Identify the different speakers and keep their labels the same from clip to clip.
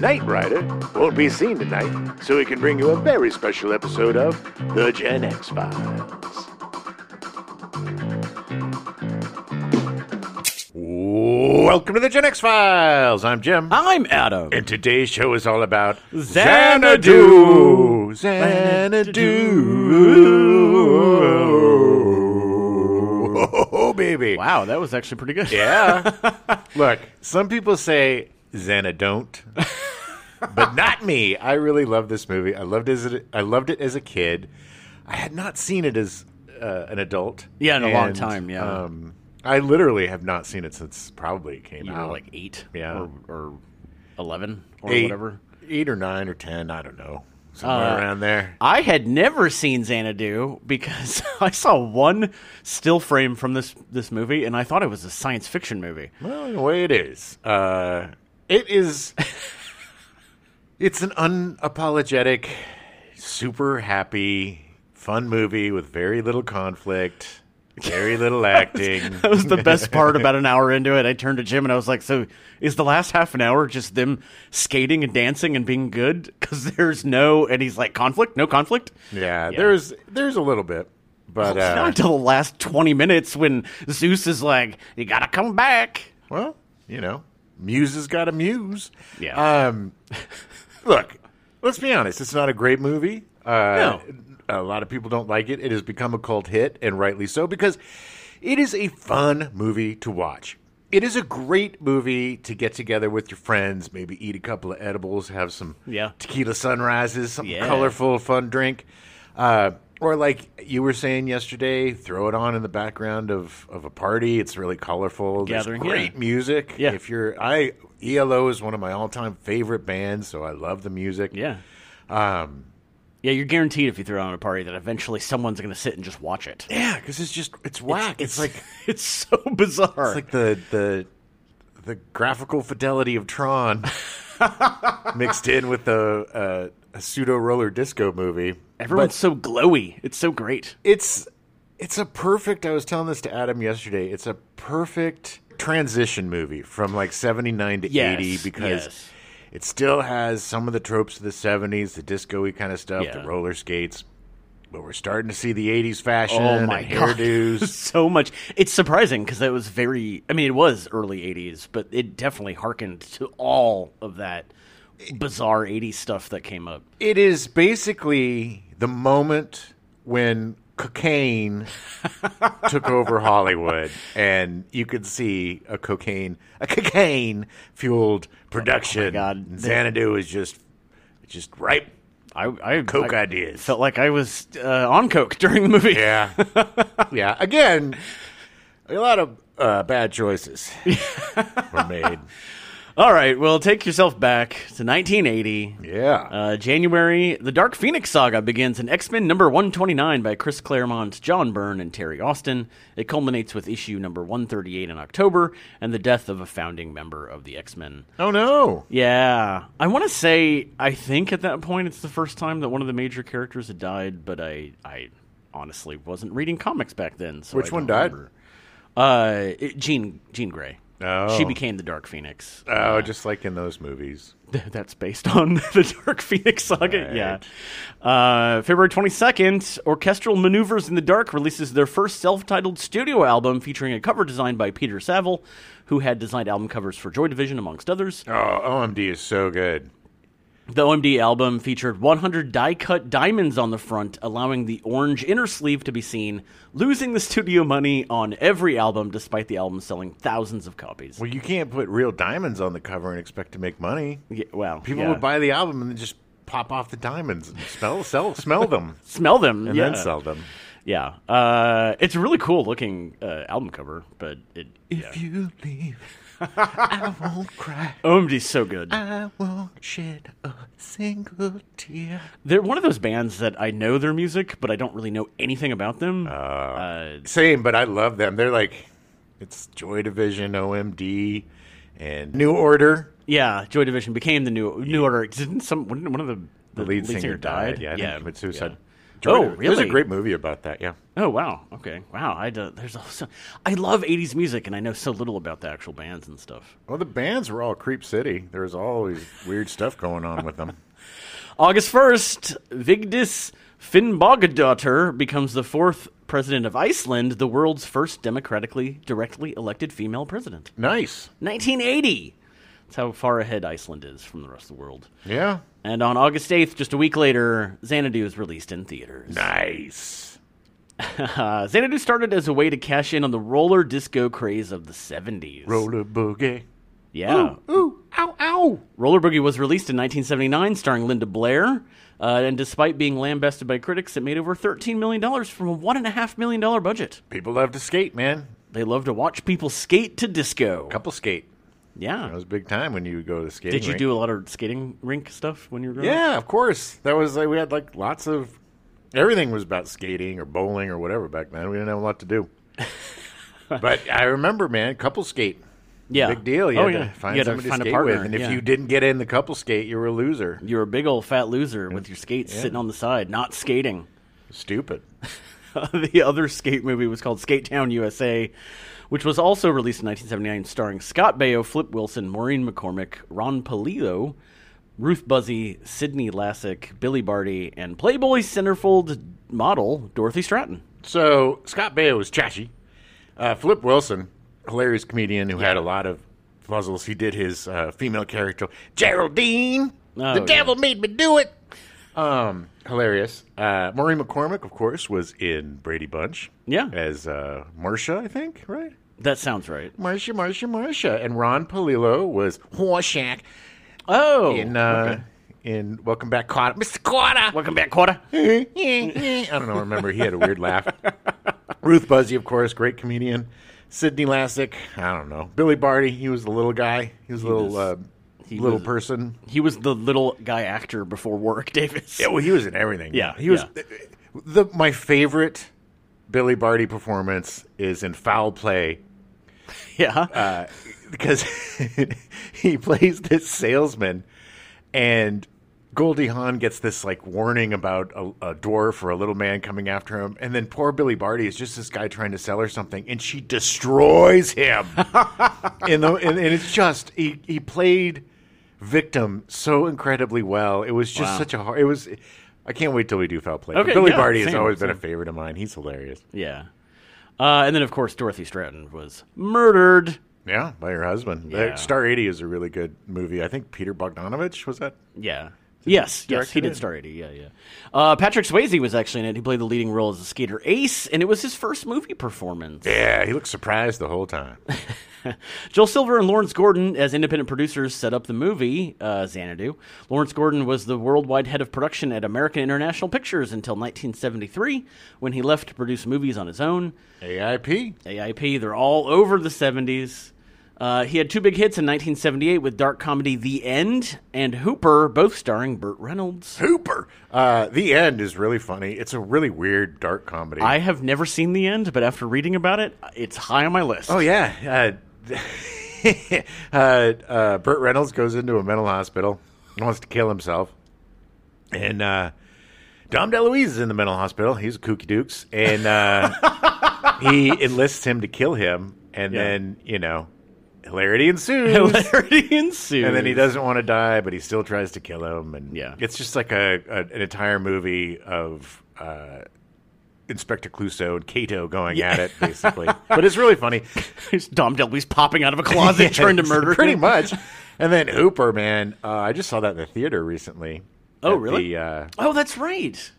Speaker 1: Knight Rider won't be seen tonight, so we can bring you a very special episode of The Gen X Files. Welcome to The Gen X Files. I'm Jim.
Speaker 2: I'm Adam.
Speaker 1: And today's show is all about
Speaker 2: Xanadu.
Speaker 1: Xanadu. Xanadu. Oh, baby.
Speaker 2: Wow, that was actually pretty good.
Speaker 1: Yeah. Look, some people say Xana don't, but not me. I really love this movie. I loved it as a, I loved it as a kid. I had not seen it as uh, an adult.
Speaker 2: Yeah, in a long time, yeah.
Speaker 1: Um, I literally have not seen it since probably it came
Speaker 2: You
Speaker 1: out
Speaker 2: were like eight,
Speaker 1: Yeah.
Speaker 2: or, or eleven, or
Speaker 1: eight,
Speaker 2: whatever.
Speaker 1: eight or nine or ten. I don't know, somewhere
Speaker 2: Uh,
Speaker 1: around there.
Speaker 2: I had never seen Xanadu because I saw one still frame from this this movie, and I thought it was a science fiction movie.
Speaker 1: Well, in a way, it is. Uh, it is. it's an unapologetic, super happy, fun movie with very little conflict, very little acting.
Speaker 2: That was the best part. About an hour into it, I turned to Jim and I was like, "So, is the last half an hour just them skating and dancing and being good? Because there's no." And he's like, "Conflict? No conflict."
Speaker 1: Yeah, there's there's a little bit, but
Speaker 2: Not
Speaker 1: uh,
Speaker 2: until the last 20 minutes when Zeus is like, you gotta come back.
Speaker 1: well, you know, Muse has got a muse.
Speaker 2: Yeah.
Speaker 1: Um, look, let's be honest. It's not a great movie. Uh,
Speaker 2: No.
Speaker 1: A lot of people don't like it. It has become a cult hit, and rightly so, because it is a fun movie to watch. It is a great movie to get together with your friends, maybe eat a couple of edibles, have some
Speaker 2: Yeah.
Speaker 1: tequila sunrises, some
Speaker 2: Yeah.
Speaker 1: colorful, fun drink. Uh, or like you were saying yesterday, throw it on in the background of, of a party. It's really colorful. There's
Speaker 2: Gathering,
Speaker 1: great
Speaker 2: yeah.
Speaker 1: music.
Speaker 2: Yeah.
Speaker 1: If you're I ELO is one of my all time favorite bands, so I love the music.
Speaker 2: Yeah.
Speaker 1: Um
Speaker 2: Yeah, you're guaranteed if you throw on a party that eventually someone's gonna sit and just watch it.
Speaker 1: yeah, because it's just it's whack. It's, like
Speaker 2: it's so bizarre.
Speaker 1: it's like the the the graphical fidelity of Tron mixed in with the uh, a pseudo roller disco movie.
Speaker 2: Everyone's so glowy. It's so great.
Speaker 1: it's it's a perfect i was telling this to adam yesterday it's a perfect transition movie from like 79 to
Speaker 2: Yes,
Speaker 1: 80 because
Speaker 2: yes.
Speaker 1: it still has some of the tropes of the 70s the disco-y kind of stuff the
Speaker 2: Yeah.
Speaker 1: roller skates but we're starting to see the 80s fashion
Speaker 2: Oh my
Speaker 1: and
Speaker 2: god.
Speaker 1: hairdos
Speaker 2: so much. It's surprising because it was very I mean it was early 80s, but it definitely harkened to all of that bizarre 80s stuff that came up.
Speaker 1: it is basically the moment when cocaine took over Hollywood, and you could see a cocaine, a cocaine fueled production.
Speaker 2: Oh God.
Speaker 1: And Xanadu is just, just ripe.
Speaker 2: I, I
Speaker 1: Coke
Speaker 2: I
Speaker 1: ideas.
Speaker 2: felt like I was uh, on coke during the movie.
Speaker 1: Yeah, yeah. Again, a lot of uh, bad choices were made.
Speaker 2: All right, well, take yourself back to 1980.
Speaker 1: Yeah,
Speaker 2: Uh, January, the Dark Phoenix saga begins in X Men number 129 by Chris Claremont, John Byrne, and Terry Austin. It culminates with issue number 138 in October and the death of a founding member of the X Men.
Speaker 1: oh no.
Speaker 2: Yeah. I want to say, I think at that point it's the first time that one of the major characters had died, but I, I honestly wasn't reading comics back then. So
Speaker 1: Which
Speaker 2: I
Speaker 1: one
Speaker 2: don't
Speaker 1: died?
Speaker 2: remember. Uh, it- Jean, Jean Grey.
Speaker 1: Oh.
Speaker 2: She became the Dark Phoenix.
Speaker 1: Oh, just like in those movies.
Speaker 2: Th- that's based on the Dark Phoenix saga.
Speaker 1: Right.
Speaker 2: Yeah. Uh, February 22nd, Orchestral Maneuvers in the Dark releases their first self titled studio album featuring a cover designed by Peter Saville, who had designed album covers for Joy Division, amongst others.
Speaker 1: Oh, OMD is so good.
Speaker 2: The OMD album featured 100 die cut diamonds on the front, allowing the orange inner sleeve to be seen, losing the studio money on every album despite the album selling thousands of copies.
Speaker 1: Well, you can't put real diamonds on the cover and expect to make money.
Speaker 2: Yeah, well,
Speaker 1: People
Speaker 2: yeah.
Speaker 1: would buy the album and then just pop off the diamonds and smell, sell, smell them,
Speaker 2: Smell them.
Speaker 1: and
Speaker 2: yeah.
Speaker 1: then sell them.
Speaker 2: Yeah, uh, it's a really cool looking uh, album cover, but it yeah.
Speaker 1: you leave, I won't cry.
Speaker 2: OMD's so good.
Speaker 1: I won't shed a single tear.
Speaker 2: They're one of those bands that I know their music, but I don't really know anything about them. Uh,
Speaker 1: Same, but I love them. They're like, it's Joy Division, OMD, and New Order.
Speaker 2: yeah, Joy Division became the new New Order. Didn't some one one of the
Speaker 1: The lead singer died. Yeah, I think
Speaker 2: yeah,
Speaker 1: he committed suicide.
Speaker 2: yeah. Oh,
Speaker 1: There's a
Speaker 2: really?
Speaker 1: great movie about that. Yeah.
Speaker 2: Oh wow. Okay. Wow. I do, there's also I love 80s music and I know so little about the actual bands and stuff.
Speaker 1: Well, the bands were all Creep City. There was always weird stuff going on with them.
Speaker 2: August 1st, Vigdis Finnbogadottir becomes the fourth president of Iceland, the world's first democratically directly elected female president.
Speaker 1: Nice.
Speaker 2: 1980. That's how far ahead Iceland is from the rest of the world.
Speaker 1: Yeah.
Speaker 2: And on August 8th, just a week later, Xanadu is released in theaters.
Speaker 1: Nice.
Speaker 2: Uh, Xanadu started as a way to cash in on the roller disco craze of the 70s.
Speaker 1: Roller boogie.
Speaker 2: yeah.
Speaker 1: Ooh, ow, ow.
Speaker 2: Roller Boogie was released in 1979, starring Linda Blair. Uh, and despite being lambasted by critics, it made over $13 million from a $1.5 million budget.
Speaker 1: People love to skate, man.
Speaker 2: They love to watch people skate to disco.
Speaker 1: Couple skate. That
Speaker 2: Yeah.
Speaker 1: was big time when you would go to the skating.
Speaker 2: Did you
Speaker 1: rink.
Speaker 2: do a lot of skating rink stuff when you were growing up?
Speaker 1: Yeah, of course. That was like we had like lots of everything was about skating or bowling or whatever back then. We didn't have a lot to do. but I remember, man, couple skate.
Speaker 2: Yeah.
Speaker 1: Big deal. You
Speaker 2: oh,
Speaker 1: had
Speaker 2: yeah.
Speaker 1: to find
Speaker 2: you had
Speaker 1: somebody
Speaker 2: to find
Speaker 1: to
Speaker 2: a
Speaker 1: skate
Speaker 2: partner.
Speaker 1: with. And
Speaker 2: yeah.
Speaker 1: if you didn't get in the couple skate, you were a loser.
Speaker 2: You're a big old fat loser with your skates sitting on the side, not skating.
Speaker 1: Stupid.
Speaker 2: the other skate movie was called Skate Town USA, which was also released in 1979, starring Scott Baio, Flip Wilson, Maureen McCormick, Ron Palillo, Ruth Buzzy, Sidney Lassick, Billy Barty, and Playboy centerfold model Dorothy Stratton.
Speaker 1: So Scott Baio was trashy. Uh, Flip Wilson, hilarious comedian who had a lot of puzzles. He did his uh, female character Geraldine.
Speaker 2: Oh,
Speaker 1: the
Speaker 2: yeah.
Speaker 1: devil made me do it. Um, hilarious. Uh, Maureen McCormick, of course, was in Brady Bunch.
Speaker 2: Yeah.
Speaker 1: as uh, Marcia, I think. Right,
Speaker 2: That sounds right.
Speaker 1: Marcia, Marcia, Marcia, and Ron Palillo was Horshack
Speaker 2: Oh,
Speaker 1: in uh, in Welcome Back, Carter. Mr. Carter.
Speaker 2: welcome back, Quada.
Speaker 1: Mm-hmm. Eh, I don't know. Remember, he had a weird laugh. Ruth Buzzy, of course, great comedian. Sidney Lassick, I don't know. Billy Barty, he was the little guy. He was a little
Speaker 2: was-
Speaker 1: uh,
Speaker 2: he
Speaker 1: little
Speaker 2: was-
Speaker 1: person.
Speaker 2: He was the little guy actor before Warwick Davis.
Speaker 1: Yeah, well, he was in everything.
Speaker 2: Yeah,
Speaker 1: he was.
Speaker 2: yeah.
Speaker 1: The my favorite Billy Barty performance is in Foul Play
Speaker 2: yeah.
Speaker 1: uh, because he plays this salesman, and Goldie Hawn gets this like warning about a, a door for a little man coming after him, and then poor Billy Barty is just this guy trying to sell her something, and she destroys him. and, the, and, and it's just he he played victim so incredibly well. It was just
Speaker 2: Wow.
Speaker 1: such a hard. It was. I can't wait till we do foul play.
Speaker 2: Okay,
Speaker 1: Billy
Speaker 2: yeah,
Speaker 1: Barty has
Speaker 2: same,
Speaker 1: always been a favorite of mine. He's hilarious.
Speaker 2: yeah. Uh, and then, of course, Dorothy Stratton was murdered.
Speaker 1: Yeah, by her husband.
Speaker 2: Yeah.
Speaker 1: Star 80 is a really good movie. I think Peter Bogdanovich was that?
Speaker 2: Yeah. yes, yes, he
Speaker 1: directed
Speaker 2: did
Speaker 1: it?
Speaker 2: Star 80. Yeah, yeah. Uh, Patrick Swayze was actually in it. He played the leading role as a skater ace, and it was his first movie performance.
Speaker 1: Yeah, he looked surprised the whole time.
Speaker 2: Joel Silver and Lawrence Gordon, as independent producers, set up the movie uh, Xanadu. Lawrence Gordon was the worldwide head of production at American International Pictures until 1973, when he left to produce movies on his own.
Speaker 1: AIP.
Speaker 2: AIP, they're all over the 70s. Uh, he had two big hits in 1978 with dark comedy The End and Hooper, both starring Burt Reynolds.
Speaker 1: Hooper. Uh, the end is really funny. It's a really weird dark comedy.
Speaker 2: I have never seen The End, but after reading about it, it's high on my list.
Speaker 1: oh yeah. Uh, uh, uh, Burt Reynolds goes into a mental hospital, and wants to kill himself, and uh, Dom DeLuise is in the mental hospital. He's a kooky dukes, and uh, he enlists him to kill him, and
Speaker 2: Yeah.
Speaker 1: then you know, hilarity ensues.
Speaker 2: Hilarity ensues.
Speaker 1: and then he doesn't want to die, but he still tries to kill him. And
Speaker 2: Yeah.
Speaker 1: it's just like a, a an entire movie of uh, Inspector Clouseau and Cato going at it, basically. but it's really funny.
Speaker 2: There's Dom DeLuise popping out of a closet trying to
Speaker 1: Yes,
Speaker 2: murder
Speaker 1: pretty
Speaker 2: him.
Speaker 1: much. And then Hooper, man, uh, I just saw that in the theater recently.
Speaker 2: Oh,
Speaker 1: at
Speaker 2: really?
Speaker 1: The, uh,
Speaker 2: Oh, that's right.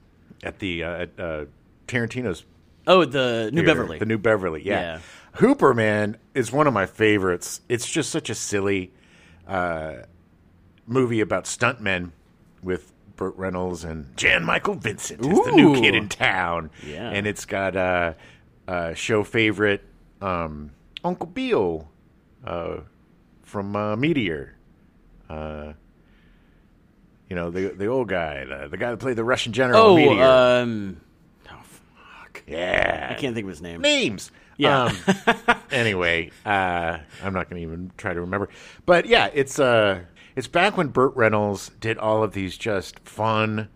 Speaker 1: at the uh, at, uh, Tarantino's
Speaker 2: Oh, the New
Speaker 1: Theater,
Speaker 2: Beverly.
Speaker 1: The New Beverly, yeah.
Speaker 2: Yeah.
Speaker 1: Hooper Man is one of my favorites. It's just such a silly uh, movie about stuntmen with Burt Reynolds and Jan Michael Vincent is the new
Speaker 2: Ooh.
Speaker 1: kid in town.
Speaker 2: Yeah.
Speaker 1: And it's got uh, uh, show favorite um, Uncle Bill uh, from uh, Meteor. Uh, you know, the the old guy, the, the guy that played the Russian general in
Speaker 2: oh,
Speaker 1: Meteor.
Speaker 2: um,
Speaker 1: yeah.
Speaker 2: I can't think of his name.
Speaker 1: names.
Speaker 2: Yeah.
Speaker 1: Um, anyway, uh, I'm not going to even try to remember. But yeah, it's uh, it's back when Burt Reynolds did all of these just fun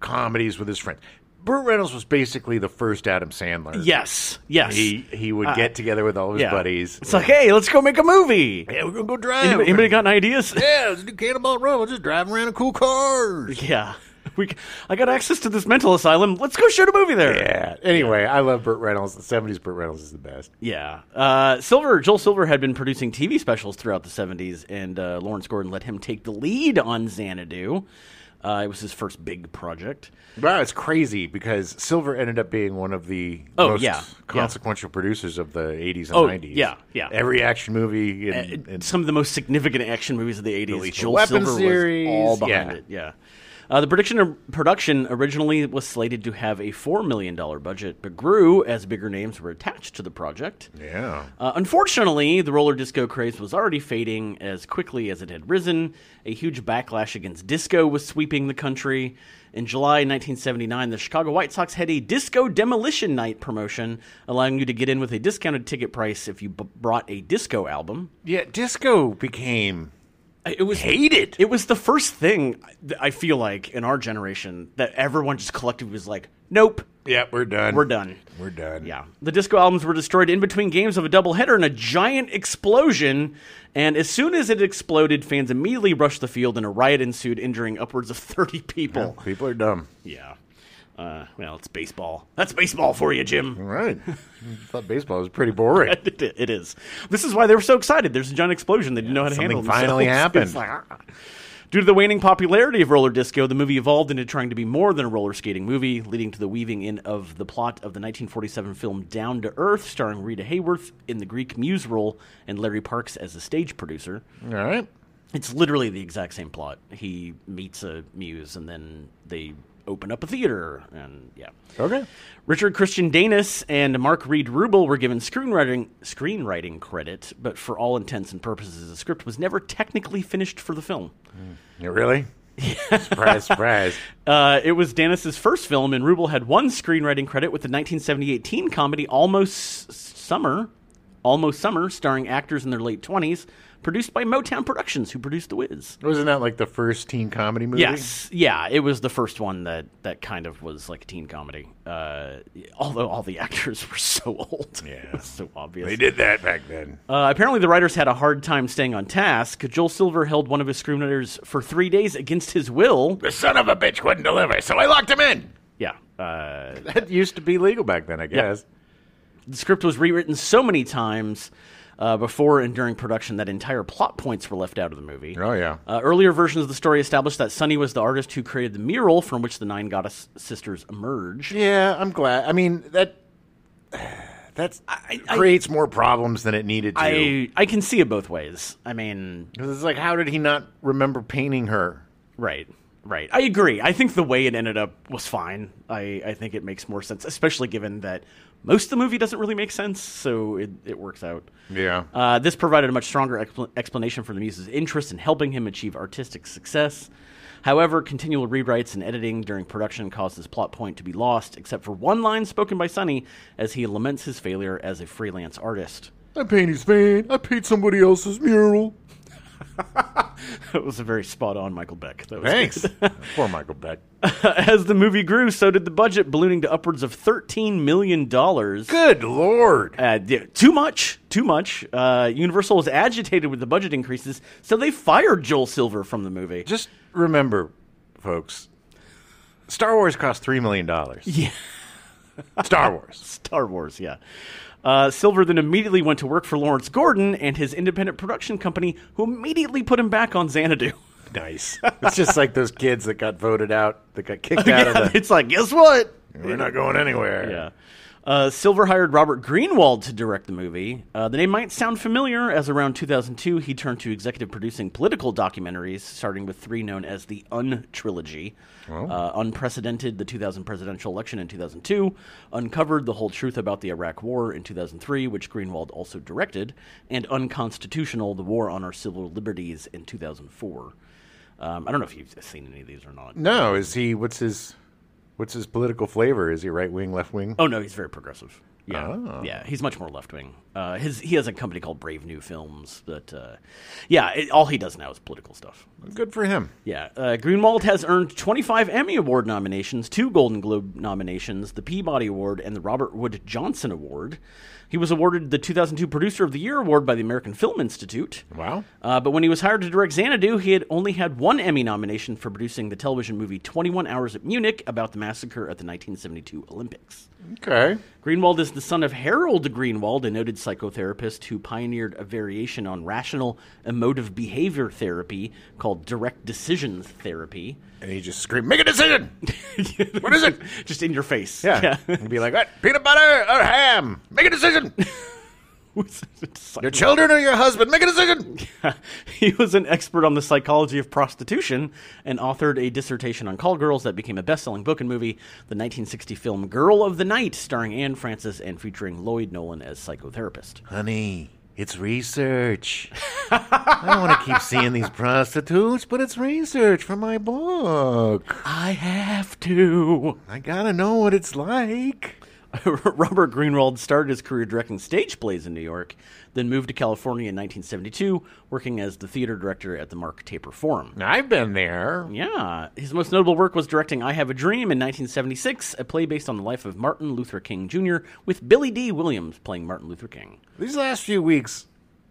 Speaker 1: comedies with his friends. Burt Reynolds was basically the first Adam Sandler.
Speaker 2: Yes, yes. Uh,
Speaker 1: He he would get together with all his
Speaker 2: yeah.
Speaker 1: buddies.
Speaker 2: It's like, hey, let's go make a movie.
Speaker 1: yeah, we're gonna go drive.
Speaker 2: Anybody, anybody got any ideas?
Speaker 1: yeah, let's do Cannonball Run. We're just driving around in cool cars.
Speaker 2: yeah, we. c- I got access to this mental asylum. Let's go shoot a movie there.
Speaker 1: Yeah. Anyway, I love Burt Reynolds. The seventies Burt Reynolds is the best.
Speaker 2: Yeah. Uh, Silver, Joel Silver had been producing TV specials throughout the 70s, and uh, Lawrence Gordon let him take the lead on Xanadu. Uh, it was his first big project.
Speaker 1: Wow, it's crazy because Silver ended up being one of the
Speaker 2: Oh,
Speaker 1: most
Speaker 2: yeah,
Speaker 1: consequential producers of the eighties and
Speaker 2: Oh,
Speaker 1: nineties.
Speaker 2: yeah, yeah. Uh,
Speaker 1: Every action movie and, and
Speaker 2: Some of the most significant action movies of the 80s.
Speaker 1: Lethal
Speaker 2: Joel
Speaker 1: Weapon
Speaker 2: Silver
Speaker 1: series,
Speaker 2: was all behind
Speaker 1: yeah.
Speaker 2: it. Yeah. Uh, the production production originally was slated to have a $4 million budget, but grew as bigger names were attached to the project.
Speaker 1: yeah.
Speaker 2: Uh, unfortunately, the roller disco craze was already fading as quickly as it had risen. A huge backlash against disco was sweeping the country. In July 1979, the Chicago White Sox had a disco demolition night promotion, allowing you to get in with a discounted ticket price if you b- brought a disco album. Uh,
Speaker 1: Yeah, disco became
Speaker 2: It was
Speaker 1: hated.
Speaker 2: it was the first thing that I feel like in our generation that everyone just collectively was like, "Nope,
Speaker 1: yeah, we're done.
Speaker 2: we're done."
Speaker 1: We're done.
Speaker 2: Yeah. The disco albums were destroyed in between games of a doubleheader in a giant explosion. And as soon as it exploded, fans immediately rushed the field and a riot ensued, injuring upwards of 30 people.
Speaker 1: People are dumb.
Speaker 2: Yeah. Uh, well, it's baseball. That's baseball for you, Jim.
Speaker 1: All right. I thought baseball was pretty boring.
Speaker 2: It it is. This is why they were so excited. There's a giant explosion. They didn't know how to
Speaker 1: something
Speaker 2: handle it. themselves.
Speaker 1: finally happened.
Speaker 2: It's like, ah. Due to the waning popularity of roller disco, the movie evolved into trying to be more than a roller skating movie, leading to the weaving in of the plot of the 1947 film Down to Earth, starring Rita Hayworth in the Greek muse role and Larry Parks as a stage producer.
Speaker 1: All right.
Speaker 2: It's literally the exact same plot. He meets a muse, and then they open up a theater, and yeah.
Speaker 1: Okay.
Speaker 2: Richard Christian Danis and Mark Reed Rubel were given screenwriting screenwriting credit, but for all intents and purposes, the script was never technically finished for the film.
Speaker 1: Yeah, really? surprise, surprise.
Speaker 2: Uh, it was Danis's first film, and Rubel had one screenwriting credit with the 1978 teen comedy Almost S- Summer, Almost Summer, starring actors in their late 20s, produced by Motown Productions, who produced The Wiz.
Speaker 1: Wasn't that like the first teen comedy movie?
Speaker 2: Yes, yeah, it was the first one that that kind of was like a teen comedy. Uh, although all the actors were so old,
Speaker 1: Yeah.
Speaker 2: It's so obvious.
Speaker 1: They did that back then.
Speaker 2: Uh, apparently, the writers had a hard time staying on task. Joel Silver held one of his screenwriters for three days against his will.
Speaker 1: The son of a bitch wouldn't deliver, so I locked him in.
Speaker 2: Yeah. Uh,
Speaker 1: That used to be legal back then, I guess.
Speaker 2: the script was rewritten so many times uh, before and during production that entire plot points were left out of the movie.
Speaker 1: Oh, yeah.
Speaker 2: Uh, earlier versions of the story established that Sonny was the artist who created the mural from which the nine goddess sisters emerge.
Speaker 1: Yeah, I'm glad. I mean, that that's
Speaker 2: I-
Speaker 1: creates more problems than it needed to.
Speaker 2: I, I can see it both ways. I mean,
Speaker 1: Because it's like, how did he not remember painting her?
Speaker 2: Right, right. I agree. I think the way it ended up was fine. I, I think it makes more sense, especially given that most of the movie doesn't really make sense, so it, it works out.
Speaker 1: Yeah.
Speaker 2: Uh, this provided a much stronger expl- explanation for the muse's interest in helping him achieve artistic success. However, continual rewrites and editing during production caused this plot point to be lost, except for one line spoken by Sonny as he laments his failure as a freelance artist.
Speaker 1: I paint his van. I paint somebody else's mural.
Speaker 2: It was a very spot on Michael Beck. That was
Speaker 1: Thanks. Poor Michael Beck.
Speaker 2: As the movie grew, so did the budget, ballooning to upwards of thirteen million dollars.
Speaker 1: Good lord.
Speaker 2: Uh, yeah, too much, too much. Uh, Universal was agitated with the budget increases, so they fired Joel Silver from the movie.
Speaker 1: Just remember, folks, Star Wars cost $3 million. Yeah. Star Wars.
Speaker 2: Star Wars, yeah. Uh, Silver then immediately went to work for Lawrence Gordon and his independent production company, who immediately put him back on Xanadu.
Speaker 1: Nice. It's just like those kids that got voted out, that got kicked out
Speaker 2: Yeah,
Speaker 1: of the.
Speaker 2: it's like, guess what?
Speaker 1: We're not going anywhere.
Speaker 2: Yeah. Uh, Silver hired Robert Greenwald to direct the movie. Uh, the name might sound familiar, as around 2002 he turned to executive producing political documentaries, starting with three known as the Un Trilogy. Uh, Unprecedented, the 2000 presidential election in 2002, Uncovered, the whole truth about the Iraq War in 2003, which Greenwald also directed, and Unconstitutional, the war on our civil liberties in 2004. Um, I don't know if you've seen any of these or not.
Speaker 1: No, is he? What's his? What's his political flavor? Is he right wing, left wing?
Speaker 2: Oh, no, he's very progressive. Yeah,
Speaker 1: Ah.
Speaker 2: yeah, he's much more left wing. Uh, his he has a company called Brave New Films, but uh, yeah, it, all he does now is political stuff.
Speaker 1: Good for him.
Speaker 2: Yeah, uh, Greenwald has earned 25 Emmy Award nominations, two Golden Globe nominations, the Peabody Award, and the Robert Wood Johnson Award. He was awarded the 2002 Producer of the Year Award by the American Film Institute.
Speaker 1: Wow.
Speaker 2: Uh, but when he was hired to direct Xanadu, he had only had one Emmy nomination for producing the television movie 21 Hours at Munich about the massacre at the 1972 Olympics.
Speaker 1: Okay.
Speaker 2: Greenwald is the son of Harold Greenwald, a noted psychotherapist who pioneered a variation on rational emotive behavior therapy called direct decision therapy.
Speaker 1: And he just screamed, "Make a decision! what is it?"
Speaker 2: Just in your face.
Speaker 1: Yeah. He'd be like, "What? Peanut butter or ham? Make a decision. Your children or your husband? Make a decision."
Speaker 2: he was an expert on the psychology of prostitution and authored a dissertation on call girls that became a best-selling book and movie the 1960 film girl of the night starring anne francis and featuring lloyd nolan as psychotherapist
Speaker 1: Honey, it's research. I want to keep seeing these prostitutes, but it's research for my book.
Speaker 2: i have to
Speaker 1: I gotta know what it's like.
Speaker 2: Robert Greenwald started his career directing stage plays in New York, then moved to California in 1972, working as the theater director at the Mark Taper Forum.
Speaker 1: I've been there.
Speaker 2: Yeah, his most notable work was directing I Have a Dream in 1976, a play based on the life of Martin Luther King Jr., with Billy D. Williams playing Martin Luther King.
Speaker 1: These last few weeks,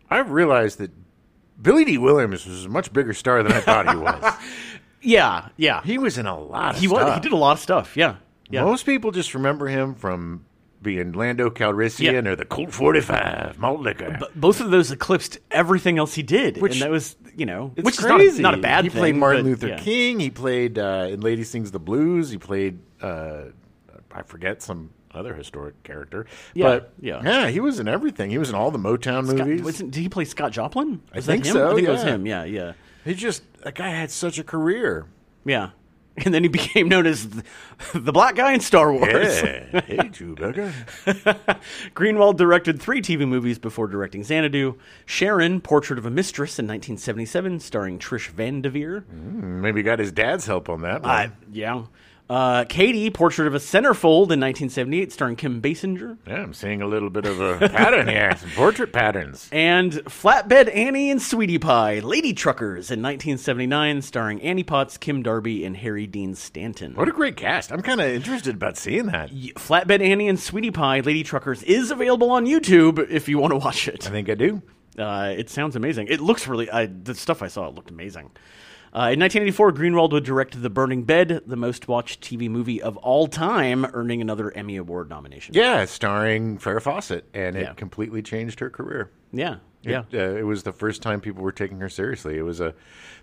Speaker 1: I've realized that Billy D. Williams was a much bigger star than I thought he was.
Speaker 2: Yeah, yeah. He,
Speaker 1: he was in a lot of
Speaker 2: he,
Speaker 1: stuff.
Speaker 2: was, he did a lot of stuff, yeah. Yeah.
Speaker 1: Most people just remember him from being Lando Calrissian or the Colt 45 malt liquor.
Speaker 2: But both of those eclipsed everything else he did.
Speaker 1: Which-
Speaker 2: and that was, you know,
Speaker 1: It's
Speaker 2: which is
Speaker 1: crazy.
Speaker 2: not, a- not a bad
Speaker 1: he
Speaker 2: thing.
Speaker 1: played Martin
Speaker 2: but,
Speaker 1: Luther
Speaker 2: yeah.
Speaker 1: King. He played uh, in Lady Sings the Blues. He played uh, I forget some other historic character.
Speaker 2: Yeah,
Speaker 1: But
Speaker 2: yeah.
Speaker 1: he was in everything. He was in all the Motown
Speaker 2: Scott-
Speaker 1: movies.
Speaker 2: wasn't- did he play Scott Joplin?
Speaker 1: I
Speaker 2: Was
Speaker 1: think
Speaker 2: that him?
Speaker 1: so,
Speaker 2: I think it was
Speaker 1: yeah.
Speaker 2: him. Yeah, yeah,
Speaker 1: he just that guy had such a career.
Speaker 2: yeah. And then he became known as th- the black guy in Star Wars.
Speaker 1: Yeah. hey, Chewbacca.
Speaker 2: Greenwald directed three TV movies before directing Xanadu. Sharon, Portrait of a Mistress in 1977, starring Trish Van Devere.
Speaker 1: Mm-hmm. Maybe he got his dad's help on that one.
Speaker 2: Uh, yeah. Uh, Katie, Portrait of a Centerfold in 1978, starring Kim Basinger.
Speaker 1: yeah, I'm seeing a little bit of a pattern here. Some portrait patterns.
Speaker 2: And Flatbed Annie and Sweetie Pie, Lady Truckers in 1979, starring Annie Potts, Kim Darby, and Harry Dean Stanton.
Speaker 1: What a great cast. I'm kind of interested about seeing that.
Speaker 2: Y- Flatbed Annie and Sweetie Pie, Lady Truckers is available on YouTube if you want to watch
Speaker 1: I
Speaker 2: it.
Speaker 1: think I do.
Speaker 2: Uh, it sounds amazing. It looks really. I, the stuff I saw looked amazing. Uh, in 1984, Greenwald would direct *The Burning Bed*, the most-watched TV movie of all time, earning another Emmy Award nomination.
Speaker 1: Yeah, starring Farrah Fawcett, and it
Speaker 2: Yeah.
Speaker 1: completely changed her career.
Speaker 2: yeah, yeah.
Speaker 1: It, uh, it was the first time people were taking her seriously. It was a,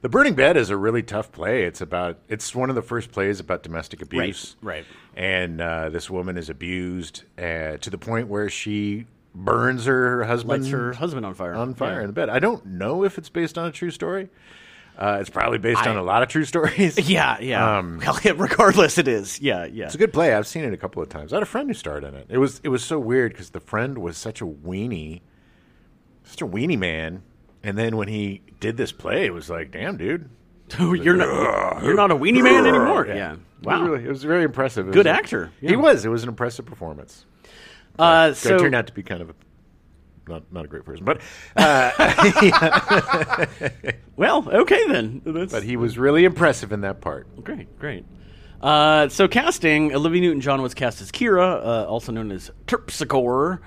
Speaker 1: The Burning Bed is a really tough play. It's about, it's one of the first plays about domestic abuse.
Speaker 2: right.
Speaker 1: And uh, this woman is abused uh, to the point where she burns her husband
Speaker 2: Lights her husband on fire.
Speaker 1: on fire in the bed. I don't know if it's based on a true story. Uh, it's probably based on a lot of true stories. It's
Speaker 2: Yeah, yeah. yeah.
Speaker 1: Um,
Speaker 2: well, yeah, regardless, it is. Yeah, yeah.
Speaker 1: a good play. I've seen it a couple of times. I had a friend who starred in it. It was it was so weird because the friend was such a weenie, such a weenie man. And then when he did this play, it was like, damn, dude,
Speaker 2: you're not. You're not a weenie man anymore. Yeah.
Speaker 1: It
Speaker 2: Wow.
Speaker 1: was, really, it was very impressive. It
Speaker 2: Good
Speaker 1: was a-
Speaker 2: actor.
Speaker 1: He
Speaker 2: Yeah.
Speaker 1: was. It was an impressive performance.
Speaker 2: uh,
Speaker 1: So,
Speaker 2: so
Speaker 1: it turned out to be kind of a not not a great person, but uh,
Speaker 2: well, okay then. That's,
Speaker 1: but he was really impressive in that part.
Speaker 2: Great, great. Uh, so casting, Olivia Newton-John was cast as Kira, uh, also known as Terpsichore.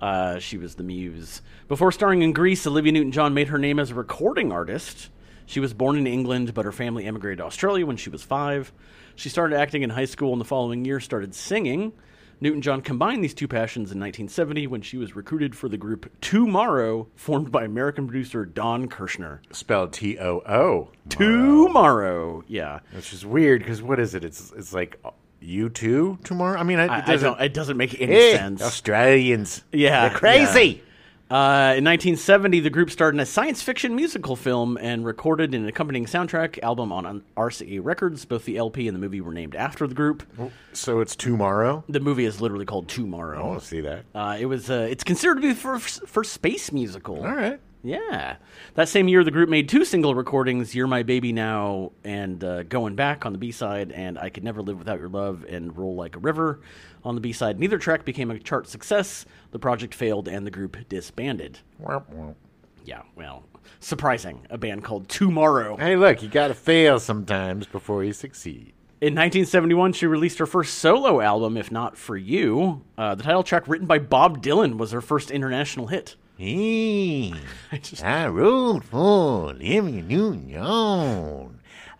Speaker 2: Uh, she was the muse. Before starring in Greece, Olivia Newton-John made her name as a recording artist. She was born in England, but her family emigrated to Australia when she was five. She started acting in high school and the following year started singing. Newton-John combined these two passions in 1970 when she was recruited for the group Tomorrow, formed by American producer Don Kirshner.
Speaker 1: Spelled T O O.
Speaker 2: Tomorrow, yeah.
Speaker 1: Which is weird because what is it? It's it's like uh, you two tomorrow. I mean, I, it
Speaker 2: I, I
Speaker 1: doesn't.
Speaker 2: don't. It doesn't make any
Speaker 1: Eh,
Speaker 2: sense.
Speaker 1: Australians,
Speaker 2: Yeah,
Speaker 1: they're crazy.
Speaker 2: Uh, in 1970, the group starred in a science fiction musical film and recorded an accompanying soundtrack album on on RCA Records. Both the LP and the movie were named after the group.
Speaker 1: So it's tomorrow.
Speaker 2: The movie is literally called
Speaker 1: I
Speaker 2: Tomorrow.
Speaker 1: want to see that.
Speaker 2: Uh, it was. Uh, it's considered to be the first, first space musical.
Speaker 1: All right.
Speaker 2: Yeah. That same year, the group made two single recordings, You're My Baby Now and uh, Going Back on the B side, and I Could Never Live Without Your Love and Roll Like a River on the B side. Neither track became a chart success. The project failed, and the group disbanded. Yeah, well, surprising. A band called Tomorrow.
Speaker 1: Hey, look, you gotta fail sometimes before you succeed.
Speaker 2: In 1971, she released her first solo album, If Not For You. Uh, the title track, written by Bob Dylan, was her first international hit.
Speaker 1: Hey,
Speaker 2: I just-
Speaker 1: I rode for Lemmy New York.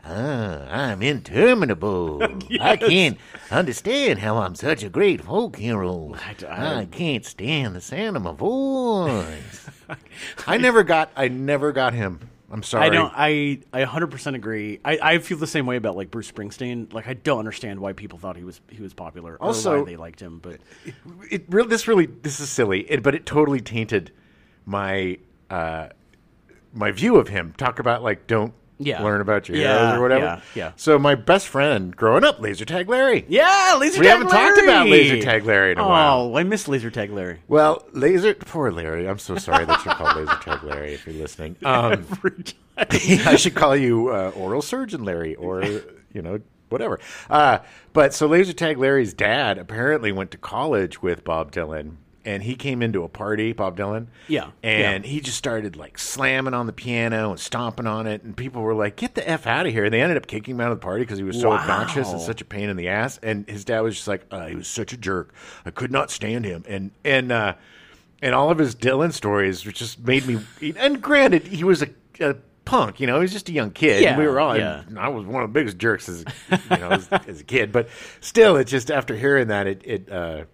Speaker 1: Uh, I'm interminable. I can't understand how I'm such a great folk hero.
Speaker 2: I d- I-
Speaker 1: I, can't stand the sound of my voice. I never got. I never got him. I'm sorry.
Speaker 2: I don't. I I 100% agree. I, I feel the same way about like Bruce Springsteen. Like I don't understand why people thought he was he was popular. or
Speaker 1: Also-
Speaker 2: why they liked him. But
Speaker 1: it really this really this is silly it, but it totally tainted my uh my view of him talk about like don't
Speaker 2: Yeah.
Speaker 1: learn about your
Speaker 2: Yeah,
Speaker 1: heroes or whatever
Speaker 2: yeah, yeah.
Speaker 1: so my best friend growing up laser tag larry
Speaker 2: yeah, Laser
Speaker 1: We
Speaker 2: Tag
Speaker 1: haven't talked
Speaker 2: Larry!
Speaker 1: about Laser Tag Larry in a
Speaker 2: oh,
Speaker 1: while.
Speaker 2: I miss Laser Tag Larry.
Speaker 1: well laser poor larry i'm so sorry that you're called laser tag larry if you're listening um
Speaker 2: Every time.
Speaker 1: i should call you uh, oral surgeon larry or you know whatever uh but so laser tag larry's dad apparently went to college with bob dylan and he came into a party bob dylan
Speaker 2: Yeah,
Speaker 1: and he just started like slamming on the piano and stomping on it. And people were like, get the F out of here. And they ended up kicking him out of the party because he was so
Speaker 2: Wow.
Speaker 1: obnoxious and such a pain in the ass. And his dad was just like, uh, he was such a jerk. I could not stand him. And, and, uh, and all of his Dylan stories which just made me. And granted, he was a, a punk, you know, he was just a young kid.
Speaker 2: Yeah,
Speaker 1: we were all,
Speaker 2: yeah.
Speaker 1: I was one of the biggest jerks as, you know, as, as a kid. But still, it's just after hearing that, it, it, uh,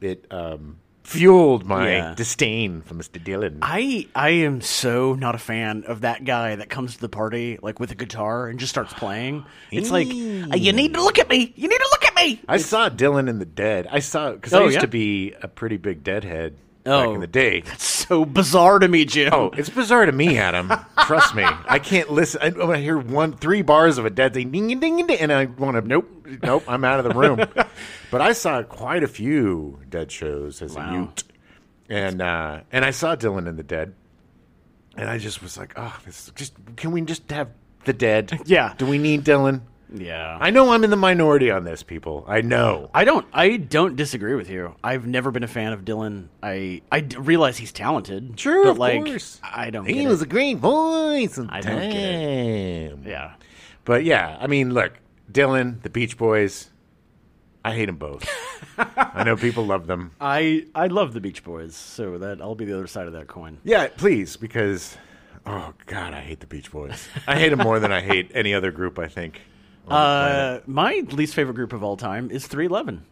Speaker 1: it, um, fueled my
Speaker 2: Yeah.
Speaker 1: disdain for Mr. Dylan.
Speaker 2: I I am so not a fan of that guy that comes to the party like with a guitar and just starts playing. It's like
Speaker 1: Mm.
Speaker 2: "Uh, you need to look at me. You need to look at me.
Speaker 1: I saw Dylan in the Dead. I saw because
Speaker 2: Oh,
Speaker 1: I used
Speaker 2: yeah?
Speaker 1: to be a pretty big Deadhead
Speaker 2: Oh.
Speaker 1: back in the day.
Speaker 2: So bizarre to me, Jim.
Speaker 1: Oh, it's bizarre to me, Adam. Trust me, I can't listen. I, when I hear one three bars of a Dead thing, ding ding ding, ding and I want to. Nope, nope. I'm out of the room. but I saw quite a few Dead shows as
Speaker 2: Wow.
Speaker 1: a Ute, and uh, and I saw Dylan in the Dead, and I just was like, oh, this is just can we just have the Dead?
Speaker 2: Yeah.
Speaker 1: Do we need Dylan?
Speaker 2: Yeah.
Speaker 1: I know I'm in the minority on this, people. I know.
Speaker 2: I don't. I don't disagree with you. I've never been a fan of Dylan. I I d- realize he's talented.
Speaker 1: Sure,
Speaker 2: but
Speaker 1: of
Speaker 2: like,
Speaker 1: course.
Speaker 2: I don't.
Speaker 1: He
Speaker 2: get
Speaker 1: was
Speaker 2: it.
Speaker 1: a great voice.
Speaker 2: I don't get yeah.
Speaker 1: But yeah, I mean, look, Dylan, the Beach Boys, I hate them both. I know people love them.
Speaker 2: I I love the Beach Boys, so that I'll be the other side of that coin.
Speaker 1: Yeah, please, because, oh, God, I hate the Beach Boys. I hate them more than I hate any other group, I think. on the planet.
Speaker 2: Uh, my least favorite group of all time is Three Eleven.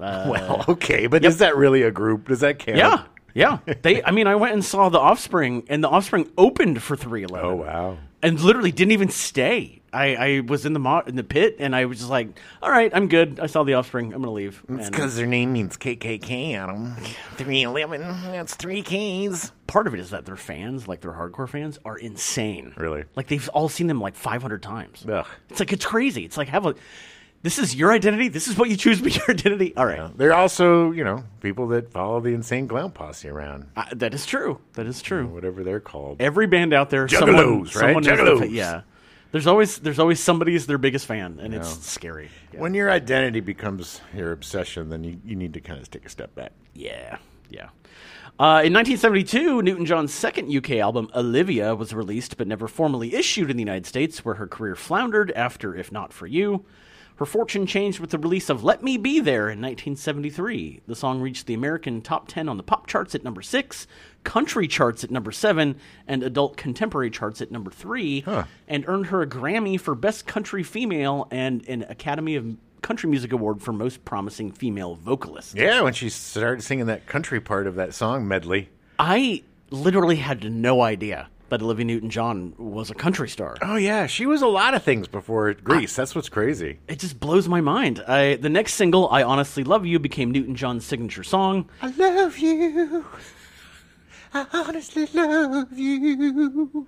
Speaker 2: Uh,
Speaker 1: well, okay, but is that really a group? Does that count?
Speaker 2: yeah, yeah. They. I mean, I went and saw the Offspring, and the Offspring opened for Three Eleven.
Speaker 1: Oh, wow.
Speaker 2: and literally didn't even stay. I, I was in the mo- in the pit, and I was just like, "All right, I'm good. I saw the Offspring. I'm gonna leave."
Speaker 1: It's
Speaker 2: And-
Speaker 1: because their name means KKK, Adam. 311, that's three Ks.
Speaker 2: part of it is that their fans, like their hardcore fans, are insane.
Speaker 1: Really?
Speaker 2: Like they've all seen them like 500 times.
Speaker 1: Ugh.
Speaker 2: It's like it's crazy. It's like have a. This is your identity. This is what you choose to be your identity. All right,
Speaker 1: They're also, you know, people that follow the insane clown posse around,
Speaker 2: I- that is true. That is true.
Speaker 1: whatever they're called.
Speaker 2: Every band out there, someone,
Speaker 1: Juggalos,
Speaker 2: someone
Speaker 1: right?
Speaker 2: is their
Speaker 1: Juggalos.
Speaker 2: fa- yeah. There's always there's always somebody is their biggest fan, and
Speaker 1: Yeah.
Speaker 2: it's scary. Yeah.
Speaker 1: When your identity becomes your obsession, then you, you need to kind of take a step back.
Speaker 2: Yeah, yeah. Uh, in 1972, Newton John's second UK album, Olivia, was released but never formally issued in the United States, where her career floundered after If Not For You. Her fortune changed with the release of Let Me Be There in 1973. The song reached the American top 10 on the pop charts at number 6, country charts at number 7, and adult contemporary charts at number 3, and earned her a Grammy for Best Country Female and an Academy of Country Music Award for Most Promising Female Vocalist.
Speaker 1: Yeah, when she started singing that country part of that song medley.
Speaker 2: I literally had no idea that Olivia Newton John was a country star.
Speaker 1: Oh yeah, she was a lot of things before Greece. That's what's crazy.
Speaker 2: It just blows my mind. I, the next single, I Honestly Love You, became Newton John's signature song.
Speaker 1: I love you. I honestly love you.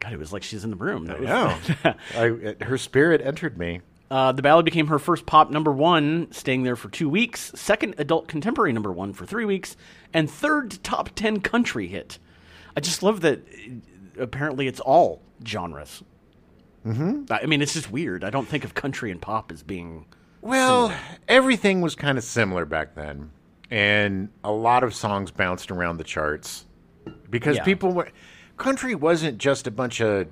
Speaker 2: God, it was like she's in the room. That was,
Speaker 1: No, I, it- her spirit entered me.
Speaker 2: Uh, the ballad became her first pop number one, staying there for two weeks, second adult contemporary number one for three weeks, and third top 10 country hit. I just love that. uh, Apparently, it's all genres. Mm-hmm. I I mean, it's just weird. I don't think of country and pop as being.
Speaker 1: Well, everything was kind of similar back then, and a lot of songs bounced around the charts because
Speaker 2: Yeah.
Speaker 1: people were country wasn't just a bunch of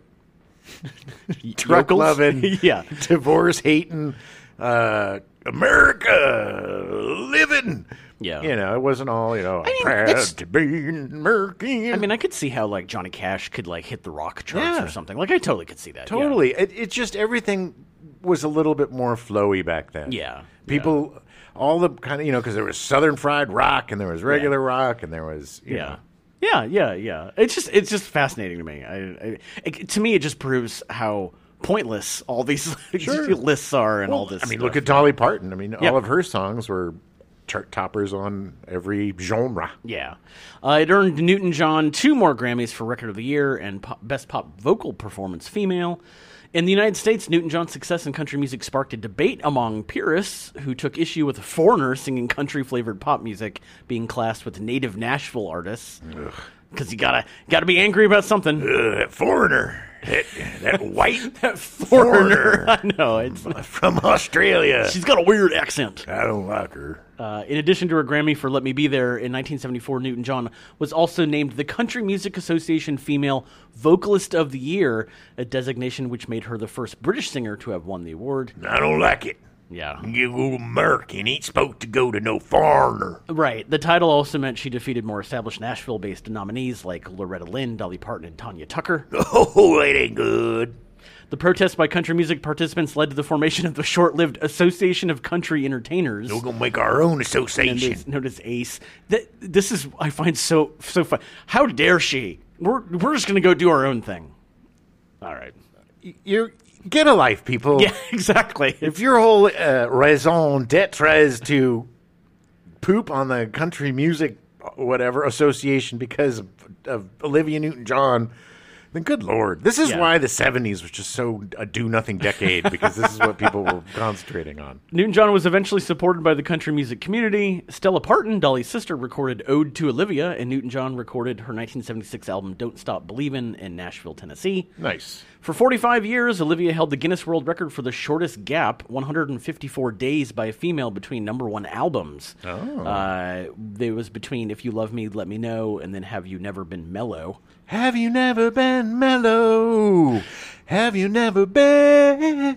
Speaker 1: truck
Speaker 2: yokels?
Speaker 1: loving,
Speaker 2: Yeah.
Speaker 1: divorce hating, uh, America living.
Speaker 2: Yeah.
Speaker 1: you know, it wasn't all you know. I
Speaker 2: mean,
Speaker 1: am proud
Speaker 2: that's-
Speaker 1: to be an American.
Speaker 2: I mean, I could see how like Johnny Cash could like hit the rock charts
Speaker 1: Yeah.
Speaker 2: or something. Like, I totally could see that. yeah.
Speaker 1: Totally. It, it just everything was a little bit more flowy back then.
Speaker 2: Yeah,
Speaker 1: People, all the kind of, you know, because there was Southern fried rock and there was regular rock and there was, you
Speaker 2: Yeah.
Speaker 1: know.
Speaker 2: Yeah, yeah, yeah. It's just it's just fascinating to me. I, I it, to me it just proves how pointless all these
Speaker 1: Sure.
Speaker 2: lists are and all
Speaker 1: Well,
Speaker 2: this.
Speaker 1: I mean,
Speaker 2: stuff.
Speaker 1: look at Dolly Parton. I mean,
Speaker 2: Yeah.
Speaker 1: all of her songs were chart toppers on every genre.
Speaker 2: Yeah. Uh, it earned Newton John two more Grammys for Record of the Year and pop, Best Pop Vocal Performance Female. In the United States, Newton John's success in country music sparked a debate among purists who took issue with a foreigner singing country flavored pop music being classed with native Nashville artists. Because you gotta gotta be angry about something.
Speaker 1: Ugh, that foreigner, that, that white
Speaker 2: Foreigner, I know it's.
Speaker 1: from Australia.
Speaker 2: She's got a weird accent.
Speaker 1: I don't like her.
Speaker 2: Uh, in addition to her Grammy for Let Me Be There in 1974, Newton John was also named the Country Music Association Female Vocalist of the Year, a designation which made her the first British singer to have won the award.
Speaker 1: I don't like it.
Speaker 2: Yeah.
Speaker 1: You old American ain't supposed to go to no foreigner.
Speaker 2: Right. The title also meant she defeated more established Nashville based nominees like Loretta Lynn, Dolly Parton, and Tanya Tucker.
Speaker 1: Oh, it ain't good.
Speaker 2: The protest by country music participants led to the formation of the short lived Association of Country Entertainers.
Speaker 1: We're gonna make our own association.
Speaker 2: Notice, notice Ace. That this is I find so so fun. How dare she? We're we're just gonna go do our own thing. All right.
Speaker 1: You get a life, people.
Speaker 2: Yeah, exactly.
Speaker 1: If your whole uh, raison d'être is to poop on the country music, uh, whatever association because of, of Olivia Newton-John, then good lord, this is
Speaker 2: Yeah.
Speaker 1: why the '70s was just so a do-nothing decade because this is what people were concentrating on.
Speaker 2: Newton John was eventually supported by the country music community. Stella Parton, Dolly's sister, recorded Ode to Olivia, and Newton John recorded her 1976 album Don't Stop Believin' in Nashville, Tennessee.
Speaker 1: Nice.
Speaker 2: For 45 years, Olivia held the Guinness World Record for the shortest gap, 154 days by a female between number one albums. Oh. Uh, there was between If You Love Me, Let Me Know, and then Have You Never Been Mellow.
Speaker 1: Have you never been mellow? Have you never been?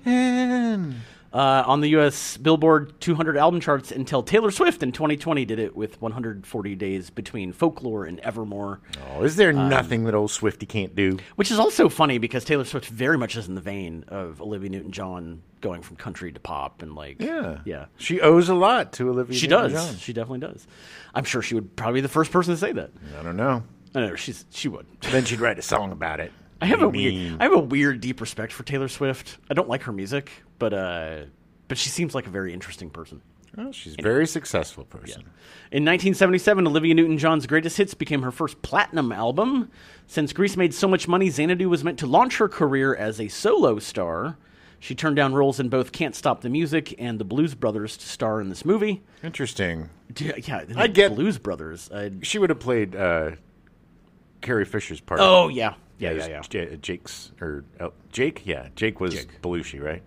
Speaker 2: Uh, on the U.S. Billboard 200 album charts until Taylor Swift in 2020 did it with 140 days between Folklore and Evermore,
Speaker 1: Oh, is there
Speaker 2: Um,
Speaker 1: nothing that old Swifty can't do?
Speaker 2: which is also funny because Taylor Swift very much is in the vein of Olivia Newton-John going from country to pop and like
Speaker 1: Yeah.
Speaker 2: yeah.
Speaker 1: She owes a lot to Olivia.
Speaker 2: She does.
Speaker 1: Newton-John.
Speaker 2: She definitely does. I'm sure she would probably be the first person to say that.
Speaker 1: I don't know.
Speaker 2: I know she's she would.
Speaker 1: Then she'd write a song about it.
Speaker 2: I have a
Speaker 1: What do you
Speaker 2: weird
Speaker 1: mean?
Speaker 2: I have a weird deep respect for Taylor Swift. I don't like her music, but uh but she seems like a very interesting person.
Speaker 1: Well, she's a very successful person.
Speaker 2: In 1977, Olivia Newton John's Greatest Hits became her first platinum album. Since Grease made so much money, Xanadu was meant to launch her career as a solo star. She turned down roles in both Can't Stop the Music and The Blues Brothers to star in this movie.
Speaker 1: Interesting.
Speaker 2: Dude, yeah,
Speaker 1: I get-
Speaker 2: Blues Brothers. I,
Speaker 1: She would have played uh, Carrie Fisher's part.
Speaker 2: oh, yeah. Yeah, yeah,
Speaker 1: As
Speaker 2: yeah.
Speaker 1: J- uh, Jake's or El- Jake? Yeah, Jake was Belushi, right?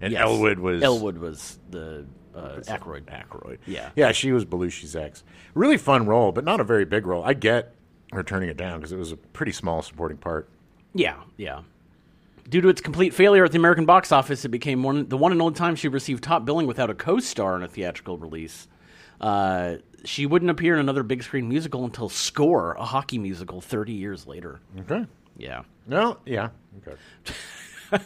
Speaker 1: And
Speaker 2: Yes.
Speaker 1: Elwood was
Speaker 2: Elwood was the uh, Ackroyd.
Speaker 1: Aykroyd.
Speaker 2: Yeah.
Speaker 1: yeah, she was Belushi's ex. Really fun role, but not a very big role. I get her turning it down because it was a pretty small supporting part.
Speaker 2: Yeah, yeah. Due to its complete failure at the American box office, it became one, the one and only time she received top billing without a co-star in a theatrical release. Uh, she wouldn't appear in another big screen musical until Score, a hockey musical, 30 years later.
Speaker 1: Okay.
Speaker 2: Yeah.
Speaker 1: No, yeah. Okay.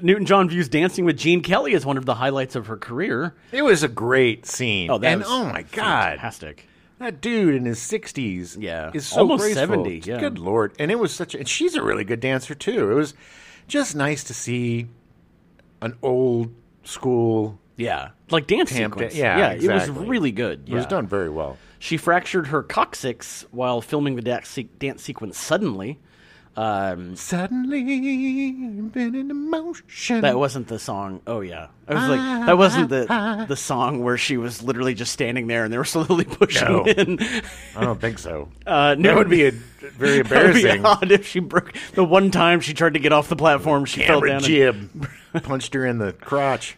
Speaker 2: Newton John views dancing with Gene Kelly as one of the highlights of her career.
Speaker 1: It was a great scene.
Speaker 2: Oh, that
Speaker 1: and
Speaker 2: was
Speaker 1: oh my god,
Speaker 2: Fantastic.
Speaker 1: That dude in his sixties,
Speaker 2: Yeah.
Speaker 1: is so
Speaker 2: Almost
Speaker 1: graceful.
Speaker 2: 70, yeah.
Speaker 1: Good lord! And it was such, a, and she's a really good dancer too. It was just nice to see an old school.
Speaker 2: Yeah. Like dance
Speaker 1: Tampa-
Speaker 2: sequence.
Speaker 1: yeah,
Speaker 2: yeah it was
Speaker 1: exactly.
Speaker 2: really good.
Speaker 1: It was
Speaker 2: yeah.
Speaker 1: done very well.
Speaker 2: She fractured her coccyx while filming the dance, se- dance sequence suddenly. Um,
Speaker 1: Suddenly, been in emotion.
Speaker 2: that wasn't the song. Oh yeah, I was like, that wasn't the the song where she was literally just standing there and they were slowly pushing
Speaker 1: No.
Speaker 2: in.
Speaker 1: I don't think so.
Speaker 2: Uh, no,
Speaker 1: that would be a, very
Speaker 2: that would be
Speaker 1: embarrassing.
Speaker 2: odd if she broke the one time she tried to get off the platform. She fell
Speaker 1: Cameron
Speaker 2: down. and-
Speaker 1: Jib punched her in the crotch.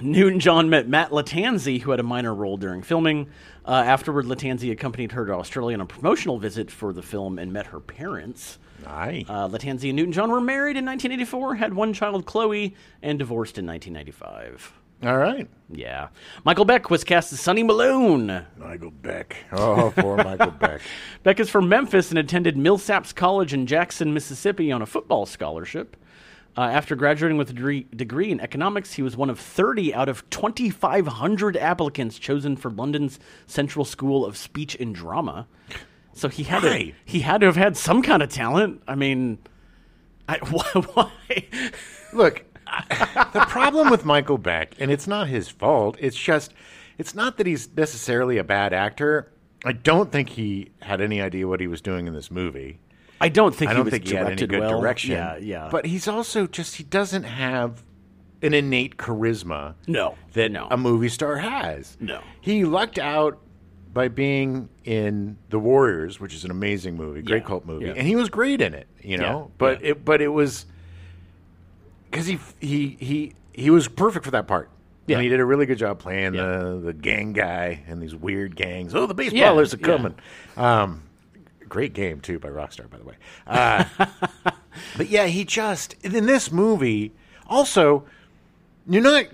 Speaker 2: Newton John met Matt Latanzi, who had a minor role during filming. Uh, afterward, Latanzi accompanied her to Australia on a promotional visit for the film and met her parents.
Speaker 1: Aye.
Speaker 2: Uh, Latanzi and Newton John were married in 1984, had one child, Chloe, and divorced in 1995.
Speaker 1: All right.
Speaker 2: Yeah. Michael Beck was cast as Sonny Malone.
Speaker 1: Michael Beck. Oh, poor Michael Beck.
Speaker 2: Beck is from Memphis and attended Millsaps College in Jackson, Mississippi on a football scholarship. Uh, after graduating with a degree, degree in economics, he was one of 30 out of 2,500 applicants chosen for London's Central School of Speech and Drama. So he had to,
Speaker 1: Why?
Speaker 2: he had to have had some kind of talent. I mean, I, why? why?
Speaker 1: Look, I- the problem with Michael Beck, and it's not his fault, it's just, it's not that he's necessarily a bad actor. I don't think he had any idea what he was doing in this movie.
Speaker 2: I don't think
Speaker 1: I
Speaker 2: he
Speaker 1: don't
Speaker 2: was
Speaker 1: think he had any
Speaker 2: directed
Speaker 1: good
Speaker 2: well.
Speaker 1: direction.
Speaker 2: Yeah, yeah.
Speaker 1: But he's also just, he doesn't have an innate charisma
Speaker 2: no,
Speaker 1: that
Speaker 2: no.
Speaker 1: a movie star has.
Speaker 2: No.
Speaker 1: He lucked out by being in The Warriors, which is an amazing movie, great
Speaker 2: Yeah,
Speaker 1: cult movie.
Speaker 2: yeah.
Speaker 1: And he was great in it, you know?
Speaker 2: Yeah,
Speaker 1: But it but it was cuz he he he he was perfect for that part.
Speaker 2: Yeah.
Speaker 1: And he did a really good job playing
Speaker 2: Yeah.
Speaker 1: the the gang guy and these weird gangs. Oh, the baseballers
Speaker 2: Yeah,
Speaker 1: are coming. Um great game too by Rockstar by the way. Uh, but yeah, he just in this movie also you're not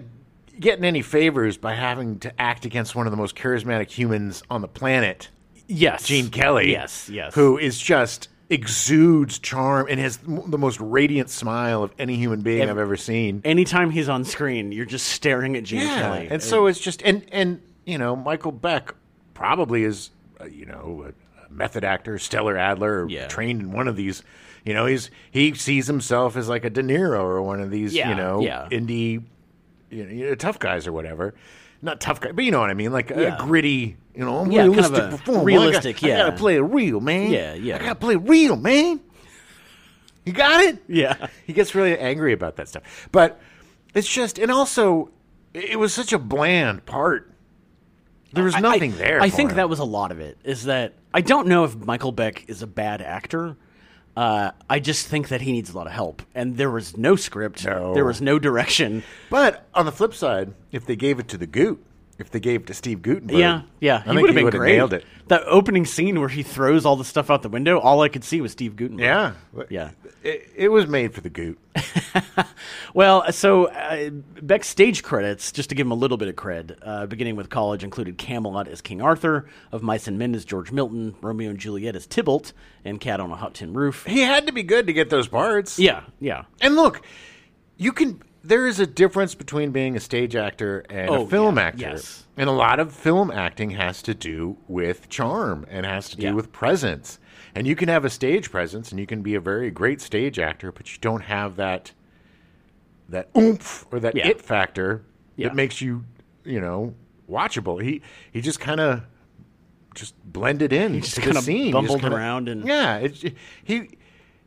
Speaker 1: getting any favors by having to act against one of the most charismatic humans on the planet,
Speaker 2: yes,
Speaker 1: Gene Kelly.
Speaker 2: Yes, yes.
Speaker 1: Who is just exudes charm and has m- the most radiant smile of any human being I've ever seen.
Speaker 2: Anytime he's on screen, you're just staring at Gene
Speaker 1: Yeah,
Speaker 2: Kelly.
Speaker 1: and so it's just and and you know Michael Beck probably is uh, you know a- a method actor, stellar Adler, or
Speaker 2: Yeah.
Speaker 1: trained in one of these. You know, he's he sees himself as like a De Niro or one of these
Speaker 2: Yeah,
Speaker 1: you know
Speaker 2: yeah.
Speaker 1: indie you know, you know, tough guys or whatever. Not tough guy, but you know what I mean, like
Speaker 2: Yeah.
Speaker 1: a gritty, you know,
Speaker 2: Yeah, kind of
Speaker 1: realistic
Speaker 2: a
Speaker 1: performer.
Speaker 2: realistic,
Speaker 1: I gotta,
Speaker 2: yeah.
Speaker 1: I gotta play it real, man.
Speaker 2: Yeah, yeah.
Speaker 1: I gotta play it real, man. You got it?
Speaker 2: yeah.
Speaker 1: he gets really angry about that stuff. But it's just, and also, it was such a bland part. There was
Speaker 2: I-
Speaker 1: nothing
Speaker 2: I,
Speaker 1: there.
Speaker 2: I
Speaker 1: for
Speaker 2: think
Speaker 1: him.
Speaker 2: that was a lot of it. Is that I don't know if Michael Beck is a bad actor. Uh, I just think that he needs a lot of help, and there was no script.
Speaker 1: No.
Speaker 2: There was no direction.
Speaker 1: But on the flip side, if they gave it to the Goot, if they gave it to Steve Gutenberg,
Speaker 2: Yeah, yeah,
Speaker 1: I think
Speaker 2: would've
Speaker 1: he would have nailed it.
Speaker 2: That opening scene where he throws all the stuff out the window, all I could see was Steve Gutenberg.
Speaker 1: Yeah,
Speaker 2: Yeah.
Speaker 1: It, it was made for the Goot.
Speaker 2: Well, so uh, Beck's stage credits, just to give him a little bit of cred, uh, beginning with college, included Camelot as King Arthur, Of Mice and Men as George Milton, Romeo and Juliet as Tybalt, and Cat on a Hot Tin Roof.
Speaker 1: He had to be good to get those parts.
Speaker 2: Yeah, yeah.
Speaker 1: And look, you can. There is a difference between being a stage actor and
Speaker 2: Oh,
Speaker 1: a film
Speaker 2: yeah,
Speaker 1: actor.
Speaker 2: yes.
Speaker 1: And a lot of film acting has to do with charm and has to do
Speaker 2: Yeah.
Speaker 1: with presence. And you can have a stage presence and you can be a very great stage actor, but you don't have that that oomph or that
Speaker 2: Yeah.
Speaker 1: it factor
Speaker 2: Yeah.
Speaker 1: that makes you, you know, watchable. He he just kind of just blended in
Speaker 2: just
Speaker 1: to the
Speaker 2: kinda
Speaker 1: scene. He just
Speaker 2: bumbled
Speaker 1: kinda-
Speaker 2: around and-
Speaker 1: yeah, it's he.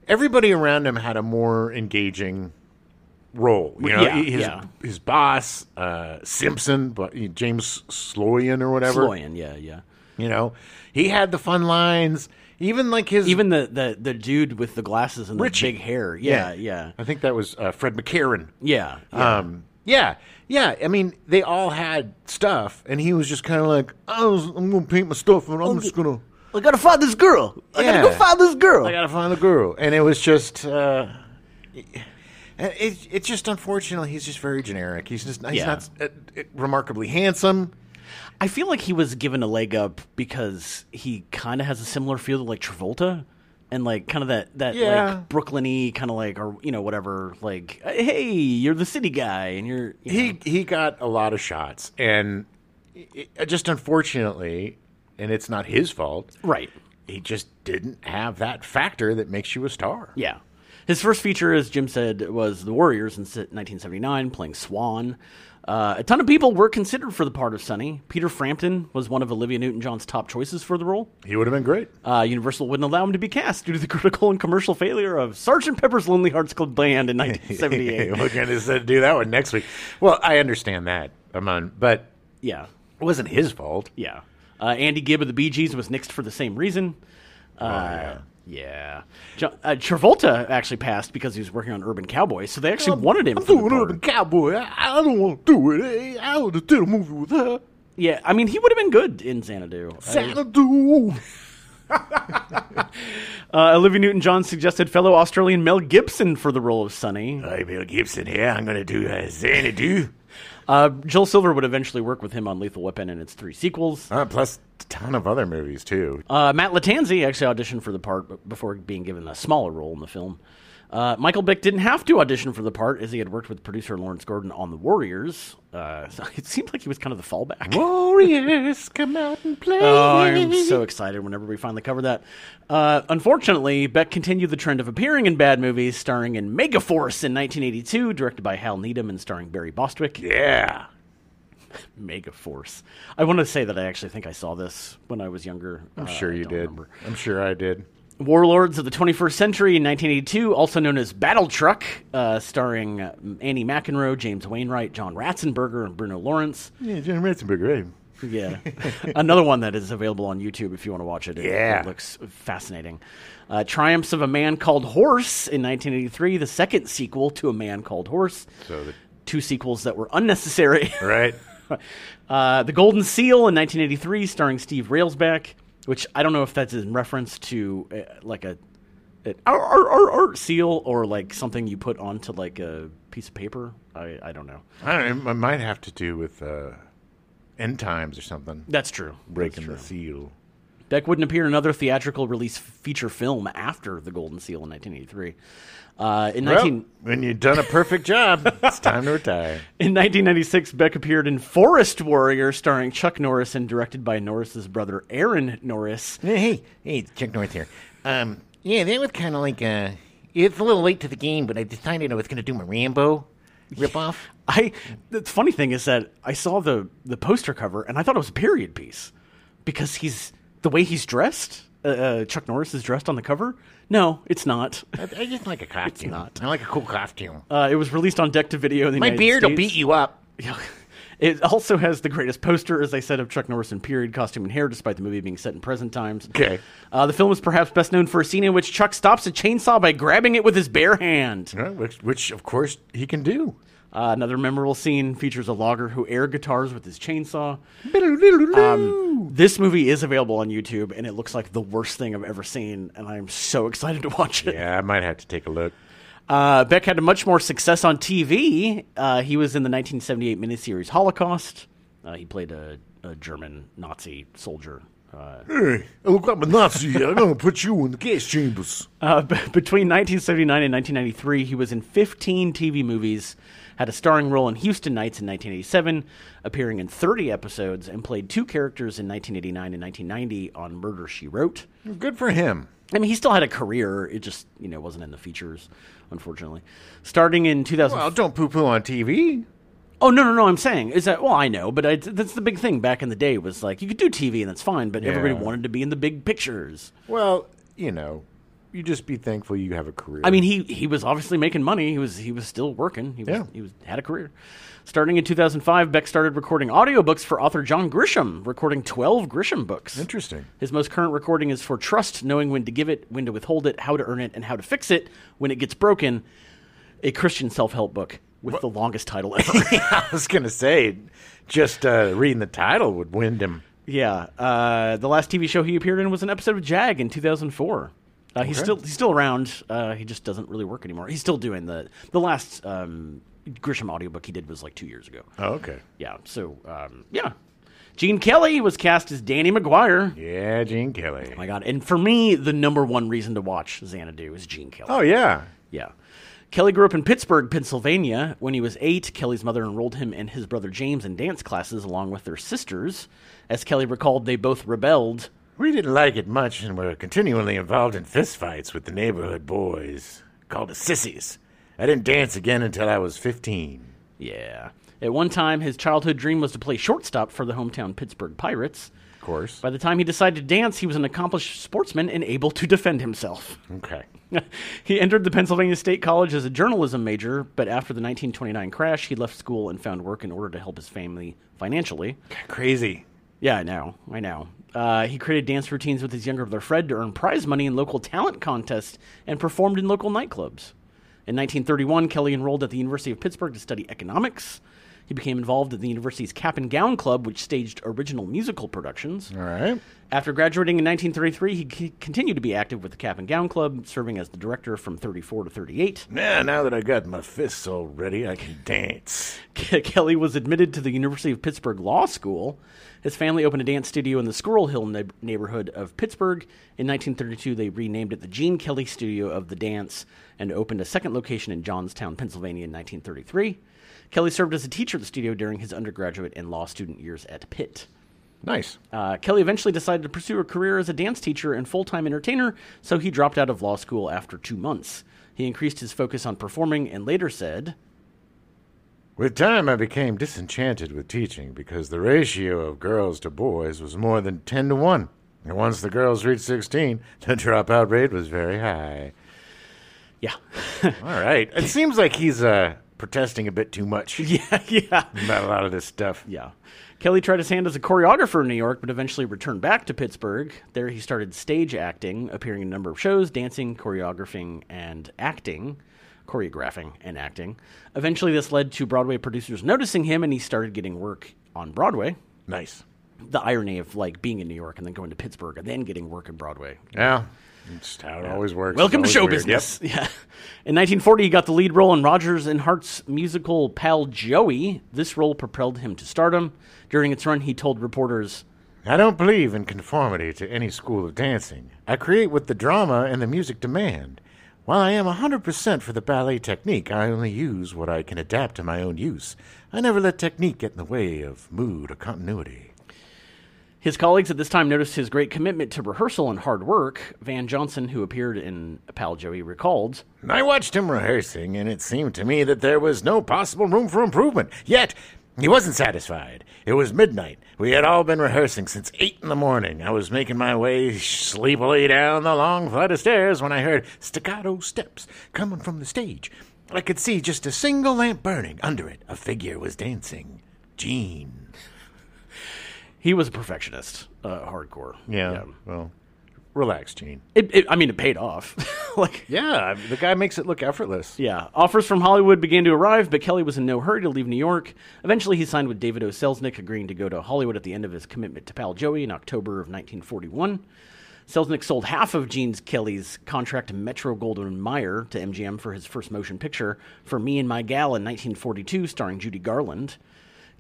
Speaker 1: Everybody around him had a more engaging role. You know,
Speaker 2: yeah,
Speaker 1: his
Speaker 2: yeah.
Speaker 1: his boss uh, Simpson, but you know, James Sloyan or whatever.
Speaker 2: Sloyan, yeah, yeah.
Speaker 1: You know, he had the fun lines. Even like his
Speaker 2: Even the, the, the dude with the glasses and the
Speaker 1: Richie.
Speaker 2: big hair. Yeah, yeah.
Speaker 1: I think that was uh, Fred McCarran.
Speaker 2: Yeah. yeah.
Speaker 1: Um, yeah, yeah. I mean, they all had stuff, and he was just kind of like, I was, "I'm gonna paint my stuff, and
Speaker 2: Oh,
Speaker 1: I'm just gonna."
Speaker 2: I gotta find this girl. I
Speaker 1: gotta go find
Speaker 2: this girl.
Speaker 1: I gotta find the guru, and it was just. Uh, it, it- it's just unfortunately he's just very generic. He's just he's
Speaker 2: Yeah.
Speaker 1: not uh, uh, remarkably handsome.
Speaker 2: I feel like he was given a leg up because he kind of has a similar feel to like Travolta and like kind of that that
Speaker 1: Yeah.
Speaker 2: like Brooklyn-y kind of like or you know whatever like hey you're the city guy and you're you know.
Speaker 1: He he got a lot of shots, and it, it- just unfortunately, and it's not his fault.
Speaker 2: right
Speaker 1: He just didn't have that factor that makes you a star.
Speaker 2: yeah His first feature, as Jim said, was The Warriors in s- 1979, playing Swan. Uh, a ton of people were considered for the part of Sonny. Peter Frampton was one of Olivia Newton John's top choices for the role.
Speaker 1: He would have been great.
Speaker 2: Uh, Universal wouldn't allow him to be cast due to the critical and commercial failure of Sgt. Pepper's Lonely Hearts Club Band in 1978.
Speaker 1: We're going to do that one next week. Well, I understand that, Amon, but
Speaker 2: yeah,
Speaker 1: it wasn't his fault.
Speaker 2: yeah. Uh, Andy Gibb of the Bee Gees was nixed for the same reason. Uh,
Speaker 1: Oh, yeah.
Speaker 2: yeah. Jo- uh, Travolta actually passed because he was working on Urban Cowboy, so they actually wanted him.
Speaker 1: I'm
Speaker 2: for the
Speaker 1: doing
Speaker 2: part.
Speaker 1: Urban Cowboy. I, I don't want to do it. I want to do a movie with her.
Speaker 2: Yeah, I mean, he would have been good in Xanadu.
Speaker 1: Xanadu.
Speaker 2: Uh, Olivia Newton John suggested fellow Australian Mel Gibson for the role of Sonny.
Speaker 1: Hi, Bill Gibson here. I'm going to do uh, Xanadu.
Speaker 2: Uh, Joel Silver would eventually work with him on Lethal Weapon and its three sequels.
Speaker 1: Uh, plus, a ton of other movies, too.
Speaker 2: Uh, Matt Latanzi actually auditioned for the part b- before being given a smaller role in the film. Uh, Michael Bick didn't have to audition for the part as he had worked with producer Lawrence Gordon on The Warriors. Uh, so it seemed like he was kind of the fallback.
Speaker 1: Warriors, come out and play.
Speaker 2: Oh, I'm so excited whenever we finally cover that. Uh, unfortunately, Beck continued the trend of appearing in bad movies, starring in Megaforce in 1982, directed by Hal Needham and starring Barry Bostwick.
Speaker 1: yeah.
Speaker 2: Megaforce. I want to say that I actually think I saw this when I was younger.
Speaker 1: I'm sure you did. I'm sure I did.
Speaker 2: Warlords of the 21st Century in 1982, also known as Battle Truck, uh, starring uh, Annie McEnroe, James Wainwright, John Ratzenberger, and Bruno Lawrence.
Speaker 1: Yeah, John Ratzenberger, right?
Speaker 2: Yeah. Another one that is available on YouTube if you want to watch it. It,
Speaker 1: Yeah.
Speaker 2: it looks fascinating. Uh, Triumphs of a Man Called Horse in 1983, the second sequel to A Man Called Horse.
Speaker 1: So the,
Speaker 2: Two sequels that were unnecessary.
Speaker 1: right?
Speaker 2: uh, the Golden Seal in 1983, starring Steve Railsback, which I don't know if that's in reference to uh, like a. an ar- ar- ar- ar- seal or like something you put onto like a piece of paper. I, I don't know.
Speaker 1: I don't know. It might have to do with uh, end times or something.
Speaker 2: That's true.
Speaker 1: Breaking the seal.
Speaker 2: Beck wouldn't appear in another theatrical release feature film after The Golden Seal in 1983. Uh, in, 19,
Speaker 1: Well, when you've done a perfect job, it's time to retire.
Speaker 2: in 1996, Beck appeared in Forest Warrior, starring Chuck Norris and directed by Norris's brother Aaron Norris.
Speaker 3: Hey, Hey, hey, it's Chuck North here. Um, yeah, that was kind of like, uh, it's a little late to the game, but I decided I was going to do my Rambo ripoff.
Speaker 2: I the funny thing is that I saw the the poster cover and I thought it was a period piece because he's the way he's dressed. Uh, uh, Chuck Norris is dressed on the cover. No, it's not.
Speaker 3: I, I just like a costume.
Speaker 2: not.
Speaker 3: I like a cool costume.
Speaker 2: Uh, it was released on Deck to Video in the
Speaker 3: my
Speaker 2: United
Speaker 3: beard will
Speaker 2: States.
Speaker 3: beat you up.
Speaker 2: Yeah. It also has the greatest poster, as I said, of Chuck Norris in period costume and hair, despite the movie being set in present times.
Speaker 1: Okay.
Speaker 2: Uh, the film is perhaps best known for a scene in which Chuck stops a chainsaw by grabbing it with his bare hand.
Speaker 1: Right, which, which, of course, he can do.
Speaker 2: Uh, another memorable scene features a logger who air guitars with his chainsaw.
Speaker 3: Uh,
Speaker 1: Um,
Speaker 2: This movie is available on YouTube, and it looks like the worst thing I've ever seen, and I'm so excited to watch it.
Speaker 1: yeah, I might have to take a look.
Speaker 2: Uh, Beck had much more success on TV. Uh, he was in the 1978 miniseries Holocaust. Uh, he played a, a German Nazi soldier. Uh,
Speaker 1: Hey, I
Speaker 3: Oh,
Speaker 1: look like a Nazi. I'm going to put you in the gas chambers.
Speaker 2: uh, b- between 1979 and 1993, he was in 15 TV movies, had a starring role in Houston Nights in 1987, appearing in 30 episodes, and played two characters in 1989 and 1990 on Murder She Wrote.
Speaker 1: Good for him.
Speaker 2: I mean, he still had a career. It just, you know, wasn't in the features, unfortunately. Starting in 2000.
Speaker 1: Well, don't poo poo on TV.
Speaker 2: oh, no, no, no. I'm saying is that, well, I know, but I, that's the big thing back in the day was like, you could do TV and that's fine, but everybody
Speaker 1: Yeah.
Speaker 2: wanted to be in the big pictures.
Speaker 1: Well, you know, you just be thankful you have a career.
Speaker 2: I mean, he, he was obviously making money. He was he was still working. He was,
Speaker 1: Yeah.
Speaker 2: he was had a career. Starting in 2005, Beck started recording audiobooks for author John Grisham, recording 12 Grisham books.
Speaker 1: interesting.
Speaker 2: His most current recording is for Trust, knowing when to give it, when to withhold it, how to earn it, and how to fix it when it gets broken. A Christian self help book with the longest title ever.
Speaker 1: I was going to say, just uh, reading the title would wind him.
Speaker 2: yeah. Uh, the last TV show he appeared in was an episode of Jag in 2004. Uh, He's still he's still around. Uh, he just doesn't really work anymore. He's still doing the the last um, Grisham audiobook he did was like two years ago.
Speaker 1: Oh, okay.
Speaker 2: Yeah. So um, yeah, Gene Kelly was cast as Danny McGuire.
Speaker 1: Yeah, Gene Kelly.
Speaker 2: My God! And for me, the number one reason to watch Xanadu is Gene Kelly.
Speaker 1: Oh, yeah.
Speaker 2: Yeah. Kelly grew up in Pittsburgh, Pennsylvania. When he was eight, Kelly's mother enrolled him and his brother James in dance classes along with their sisters. As Kelly recalled, they both rebelled.
Speaker 1: We didn't like it much and were continually involved in fistfights with the neighborhood boys. called the Sissies. I didn't dance again until I was 15.
Speaker 2: Yeah. At one time, his childhood dream was to play shortstop for the hometown Pittsburgh Pirates.
Speaker 1: Of course.
Speaker 2: By the time he decided to dance, he was an accomplished sportsman and able to defend himself.
Speaker 1: Okay.
Speaker 2: he entered the Pennsylvania State College as a journalism major, but after the 1929 crash, he left school and found work in order to help his family financially.
Speaker 1: Crazy.
Speaker 2: Yeah, I know. I know. Uh, he created dance routines with his younger brother Fred to earn prize money in local talent contests and performed in local nightclubs. In 1931, Kelly enrolled at the University of Pittsburgh to study economics. He became involved at the university's Cap and Gown Club, which staged original musical productions.
Speaker 1: All right.
Speaker 2: After graduating in 1933, he c- continued to be active with the Cap and Gown Club, serving as the director from 34 to 38.
Speaker 1: Now, now that I got my fists all ready, I can dance.
Speaker 2: Ke- Kelly was admitted to the University of Pittsburgh Law School. His family opened a dance studio in the Squirrel Hill neigh- neighborhood of Pittsburgh. In 1932, they renamed it the Gene Kelly Studio of the Dance and opened a second location in Johnstown, Pennsylvania in 1933. Kelly served as a teacher at the studio during his undergraduate and law student years at Pitt.
Speaker 1: Nice.
Speaker 2: Uh, Kelly eventually decided to pursue a career as a dance teacher and full time entertainer, so he dropped out of law school after two months. He increased his focus on performing and later said,
Speaker 1: With time, I became disenchanted with teaching because the ratio of girls to boys was more than 10 to 1. And once the girls reached 16, the dropout rate was very high.
Speaker 2: Yeah.
Speaker 1: All right. It seems like he's uh, protesting a bit too much
Speaker 2: yeah, yeah.
Speaker 1: about a lot of this stuff.
Speaker 2: Yeah. Kelly tried his hand as a choreographer in New York, but eventually returned back to Pittsburgh. There he started stage acting, appearing in a number of shows, dancing, choreographing, and acting. Choreographing and acting. Eventually, this led to Broadway producers noticing him, and he started getting work on Broadway.
Speaker 1: Nice.
Speaker 2: The irony of like being in New York and then going to Pittsburgh and then getting work in Broadway.
Speaker 1: Yeah. It's how it always works.
Speaker 2: Welcome to
Speaker 1: It's
Speaker 2: show
Speaker 1: always weird. Yep.
Speaker 2: business. Yeah. In 1940, he got the lead role in Rogers and Hart's musical Pal Joey. This role propelled him to stardom. During its run, he told reporters,
Speaker 1: I don't believe in conformity to any school of dancing. I create what the drama and the music demand. While I am 100% for the ballet technique, I only use what I can adapt to my own use. I never let technique get in the way of mood or continuity.
Speaker 2: His colleagues at this time noticed his great commitment to rehearsal and hard work. Van Johnson, who appeared in Pal Joey, recalled,
Speaker 1: And I watched him rehearsing, and it seemed to me that there was no possible room for improvement. Yet, he wasn't satisfied. It was midnight. We had all been rehearsing since 8 in the morning. I was making my way sleepily down the long flight of stairs when I heard staccato steps coming from the stage. I could see just a single lamp burning. Under it, a figure was dancing. Jean.
Speaker 2: he was a perfectionist, uh, hardcore.
Speaker 1: well, relax, Jean.
Speaker 2: It, it, I mean, it paid off. like,
Speaker 1: Yeah, the guy makes it look effortless.
Speaker 2: Yeah, offers from Hollywood began to arrive, but Kelly was in no hurry to leave New York. Eventually, he signed with David O. Selznick, agreeing to go to Hollywood at the end of his commitment to Pal Joey in October of 1941. Selznick sold half of Gene's Kelly's contract to Metro Goldwyn Mayer to MGM for his first motion picture, For Me and My Gal, in 1942, starring Judy Garland.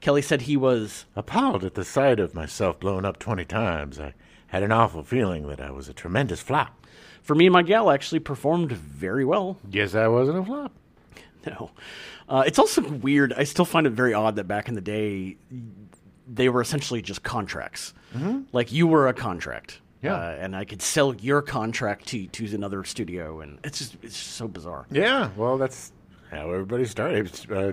Speaker 2: Kelly said he was
Speaker 1: Appalled at the sight of myself blown up 20 times, I had an awful feeling that I was a tremendous flop.
Speaker 2: For Me and My Gal actually performed very well.
Speaker 1: Yes, I wasn't a flop.
Speaker 2: No. Uh, it's also weird. I still find it very odd that back in the day, they were essentially just contracts. Like you were a contract.
Speaker 1: Yeah.
Speaker 2: Uh, and I could sell your contract to, to another studio. And it's just, it's just so bizarre.
Speaker 1: Yeah, well, that's how everybody started. It's, Uh,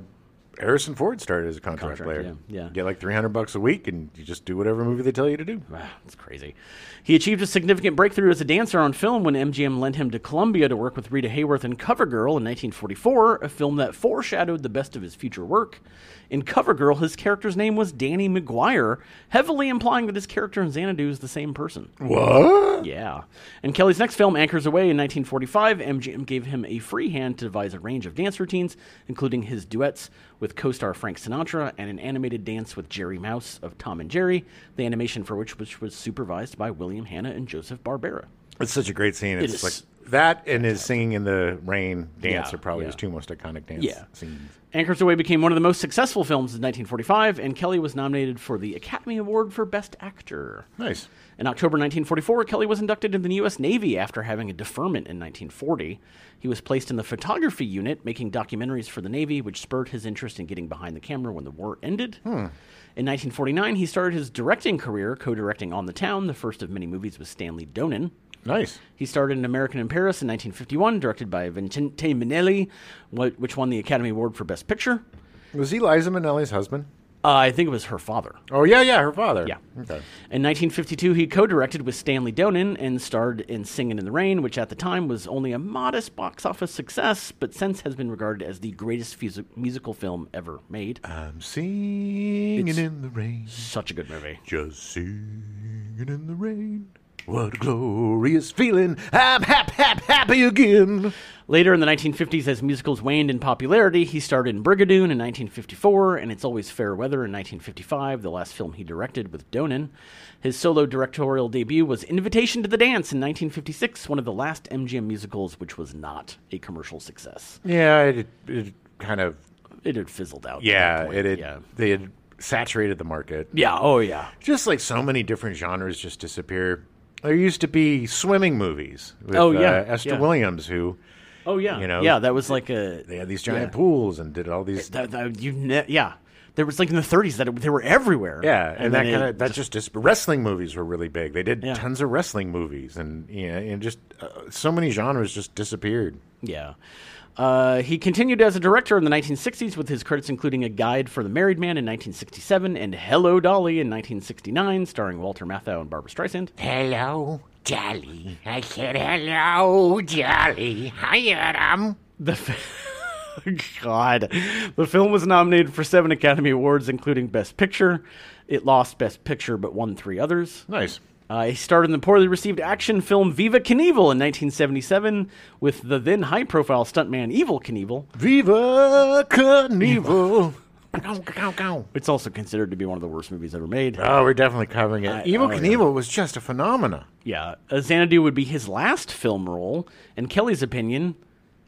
Speaker 1: Harrison Ford started as a contract,
Speaker 2: Contract,
Speaker 1: player.
Speaker 2: yeah, yeah.
Speaker 1: Get like 300 bucks a week and you just do whatever movie they tell you to do.
Speaker 2: Ah, It's crazy. He achieved a significant breakthrough as a dancer on film when MGM lent him to Columbia to work with Rita Hayworth in Covergirl in 1944, a film that foreshadowed the best of his future work. In Covergirl, his character's name was Danny McGuire, heavily implying that his character in Xanadu is the same person.
Speaker 1: What?
Speaker 2: Yeah. And Kelly's next film, Anchors Away, in 1945, MGM gave him a free hand to devise a range of dance routines, including his duets with co star Frank Sinatra and an animated dance with Jerry Mouse of Tom and Jerry, the animation for which, which was supervised by William Hanna and Joseph Barbera.
Speaker 1: It's such a great scene. It's
Speaker 2: is
Speaker 1: like that and his singing in the rain dance
Speaker 2: Yeah,
Speaker 1: are probably
Speaker 2: yeah.
Speaker 1: his two most iconic dance
Speaker 2: Yeah.
Speaker 1: scenes.
Speaker 2: Anchors Away became one of the most successful films in 1945, and Kelly was nominated for the Academy Award for Best Actor.
Speaker 1: Nice.
Speaker 2: In October 1944, Kelly was inducted into the U.S. Navy after having a deferment in 1940. He was placed in the photography unit, making documentaries for the Navy, which spurred his interest in getting behind the camera when the war ended. In 1949, he started his directing career, co directing On the Town, the first of many movies with Stanley Donen.
Speaker 1: Nice.
Speaker 2: He starred in An American in Paris in 1951, directed by Vincente Minnelli, wh- which won the Academy Award for Best Picture.
Speaker 1: Was Eliza Minnelli's husband?
Speaker 2: Uh, I think it was her father.
Speaker 1: Oh yeah, yeah, her father.
Speaker 2: Yeah.
Speaker 1: Okay.
Speaker 2: In 1952, he co directed with Stanley Donen and starred in Singin' in the Rain, which at the time was only a modest box office success, but since has been regarded as the greatest fusi- musical film ever made.
Speaker 1: I'm singing
Speaker 2: It's-
Speaker 1: in the rain,
Speaker 2: Ah. Such a good movie.
Speaker 1: just singing in the rain. What a glorious feeling! I'm hap hap happy again.
Speaker 2: Later in the 1950s, as musicals waned in popularity, he starred in Brigadoon in 1954 and It's Always Fair Weather in 1955, the last film he directed with Donen. His solo directorial debut was Invitation to the Dance in 1956, one of the last MGM musicals which was not a commercial success.
Speaker 1: Yeah, it, it kind of.
Speaker 2: It had fizzled out. at
Speaker 1: Yeah,
Speaker 2: that point,
Speaker 1: it had,
Speaker 2: yeah.
Speaker 1: they had saturated the market.
Speaker 2: Yeah, oh yeah.
Speaker 1: Just like so many different genres just disappear. There used to be swimming movies with
Speaker 2: Oh, yeah,
Speaker 1: uh, Esther
Speaker 2: yeah.
Speaker 1: Williams, who
Speaker 2: Oh yeah.
Speaker 1: You know?
Speaker 2: yeah, that was like a
Speaker 1: they had these giant
Speaker 2: Yeah.
Speaker 1: pools and did all these.
Speaker 2: that, that- you ne- yeah. There was like in the 30s that it, they were everywhere.
Speaker 1: Yeah, and, that
Speaker 2: then
Speaker 1: kind
Speaker 2: it-
Speaker 1: of that just, dis wrestling movies were really big. They did
Speaker 2: Yeah.
Speaker 1: tons of wrestling movies, and yeah, and just uh, so many genres just disappeared.
Speaker 2: Yeah. Uh, he continued as a director in the 1960s with his credits including A Guide for the Married Man in 1967 and Hello Dolly in 1969, starring Walter Matthau and Barbara Streisand.
Speaker 3: Hello, Jolly. I said hello, Jolly. Hiya, Adam.
Speaker 2: The God. The film was nominated for seven Academy Awards, including Best Picture. It lost Best Picture but won three others.
Speaker 1: Nice.
Speaker 2: Uh, he starred in the poorly received action film Viva Knievel in 1977 with the then high profile stuntman Evil Knievel.
Speaker 1: Viva Knievel.
Speaker 3: Go, go, go.
Speaker 2: It's also considered to be one of the worst movies ever made.
Speaker 1: oh, we're definitely covering it. Evil
Speaker 2: oh, yeah.
Speaker 1: Knievel was just a phenomena.
Speaker 2: Yeah, uh, Xanadu would be his last film role. In Kelly's opinion,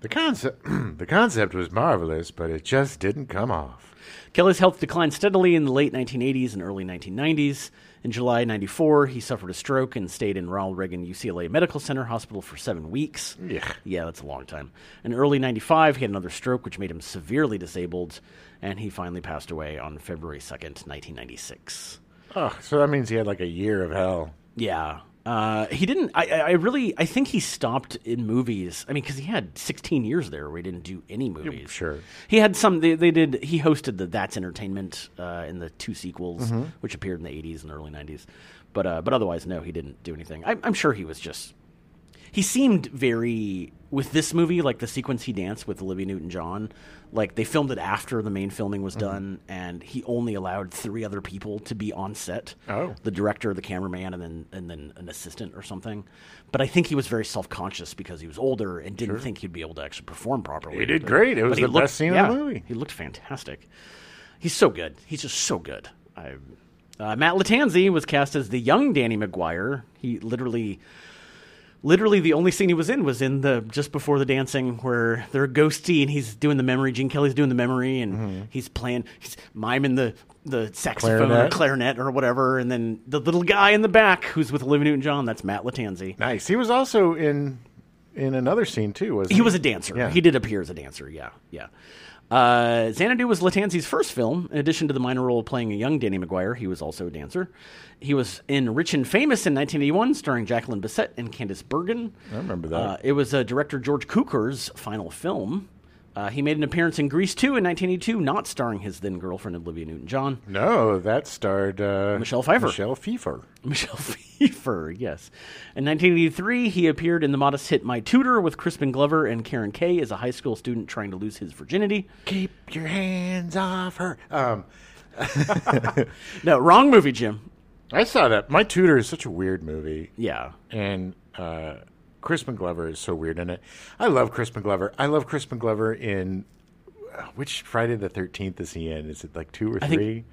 Speaker 1: The concept, the concept was marvelous, but it just didn't come off.
Speaker 2: Kelly's health declined steadily in the late 1980s and early 1990s. In July 94, he suffered a stroke and stayed in Ronald Reagan UCLA Medical Center Hospital for seven weeks.
Speaker 1: Yeah.
Speaker 2: Yeah, that's a long time. In early 95, he had another stroke, which made him severely disabled, and he finally passed away on February 2nd, 1996.
Speaker 1: Oh, so that means he had like a year of hell.
Speaker 2: Yeah. Uh, he didn't. I, I I really. I think he stopped in movies. I mean, because he had 16 years there where he didn't do any movies.
Speaker 1: sure.
Speaker 2: He had some. They, they did. He hosted the That's Entertainment uh, in the two sequels, which appeared in the 80s and early 90s. But uh, but otherwise, no, he didn't do anything. I, I'm sure he was just. He seemed very with this movie, like the sequence he danced with Olivia Newton-John. Like they filmed it after the main filming was
Speaker 1: Mm-hmm.
Speaker 2: done, and he only allowed three other people to be on set
Speaker 1: Oh.
Speaker 2: the director, the cameraman, and then and then an assistant or something. But I think he was very self conscious because he was older and didn't think he'd be able to actually perform properly.
Speaker 1: He did
Speaker 2: But-
Speaker 1: great. It was
Speaker 2: but he
Speaker 1: the best scene in the movie.
Speaker 2: He looked fantastic. He's so good. He's just so good. I, uh, Matt Latanzi was cast as the young Danny McGuire. He literally. Literally, the only scene he was in was in the just before the dancing, where they're ghosty and he's doing the memory. Gene Kelly's doing the memory, and
Speaker 1: Mm-hmm.
Speaker 2: he's playing, he's miming the the saxophone, or
Speaker 1: Clarinet.
Speaker 2: clarinet or whatever, and then the little guy in the back who's with Olivia Newton-John, that's Matt Latanzi.
Speaker 1: Nice. He was also in in another scene too. Was
Speaker 2: He was a dancer.
Speaker 1: Yeah.
Speaker 2: He did appear as a dancer. Yeah, yeah. Uh, Xanadu was Latanzi's first film. In addition to the minor role of playing a young Danny McGuire, he was also a dancer. He was in Rich and Famous in 1981, starring Jacqueline Bisset and Candice Bergen.
Speaker 1: I remember that.
Speaker 2: Uh, it was uh, director George Cukor's final film. Uh, he made an appearance in Grease 2 in 1982, not starring his then girlfriend Olivia Newton-John.
Speaker 1: no, that starred uh,
Speaker 2: Michelle Pfeiffer.
Speaker 1: Michelle Pfeiffer.
Speaker 2: Michelle Pfeiffer, yes. In 1983, he appeared in the modest hit My Tutor with Crispin Glover and Karen Kay as a high school student trying to lose his virginity.
Speaker 1: Keep your hands off her. Um,
Speaker 2: No, wrong movie, Jim.
Speaker 1: I saw that. My Tutor is such a weird movie,
Speaker 2: Yeah.
Speaker 1: and uh, Crispin Glover is so weird in it. I love Crispin Glover. I love Crispin Glover in uh, which Friday the Thirteenth is he in? Is it like two or
Speaker 2: think-
Speaker 1: three?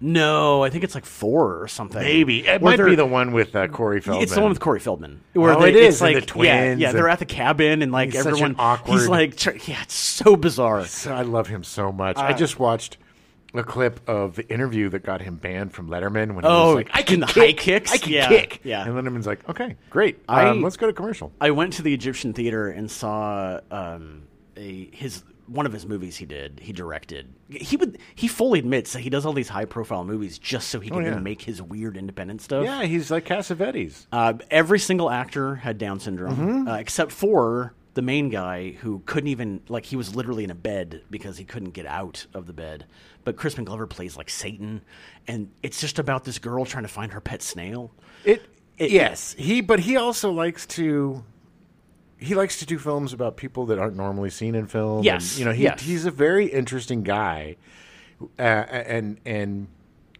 Speaker 2: No, I think it's like four or something.
Speaker 1: Maybe it
Speaker 2: Where
Speaker 1: might be
Speaker 2: they're-
Speaker 1: the one with uh, Corey Feldman.
Speaker 2: It's the one with Corey Feldman. Where
Speaker 1: Oh,
Speaker 2: they-
Speaker 1: it is,
Speaker 2: It's
Speaker 1: and
Speaker 2: like
Speaker 1: the
Speaker 2: Yeah,
Speaker 1: twins
Speaker 2: yeah they're
Speaker 1: and-
Speaker 2: at the cabin and like
Speaker 1: He's such an
Speaker 2: everyone.
Speaker 1: awkward-
Speaker 2: He's like, tr- yeah, it's so bizarre.
Speaker 1: So I love him so much.
Speaker 2: Uh,
Speaker 1: I just watched a clip of the interview that got him banned from Letterman when he was
Speaker 2: Oh,
Speaker 1: like, "I
Speaker 2: in
Speaker 1: can
Speaker 2: the
Speaker 1: kick,
Speaker 2: high kicks?
Speaker 1: I can
Speaker 2: Yeah,
Speaker 1: kick."
Speaker 2: yeah.
Speaker 1: And Letterman's like, "Okay, great.
Speaker 2: I-
Speaker 1: um, let's go to commercial."
Speaker 2: I went to the Egyptian theater and saw um, a his one of his movies he did, he directed. He would he fully admits that he does all these high profile movies just so he can
Speaker 1: Oh, yeah.
Speaker 2: then make his weird independent stuff.
Speaker 1: Yeah, he's like Cassavetes.
Speaker 2: Uh, every single actor had Down syndrome,
Speaker 1: Mm-hmm.
Speaker 2: uh, except for the main guy who couldn't even like he was literally in a bed because he couldn't get out of the bed. But Crispin Glover plays like Satan, and it's just about this girl trying to find her pet snail.
Speaker 1: It,
Speaker 2: It-
Speaker 1: yes, he but he also likes to he likes to do films about people that aren't normally seen in film. and,
Speaker 2: Yes,
Speaker 1: you know he,
Speaker 2: yes.
Speaker 1: he's a very interesting guy, uh, and and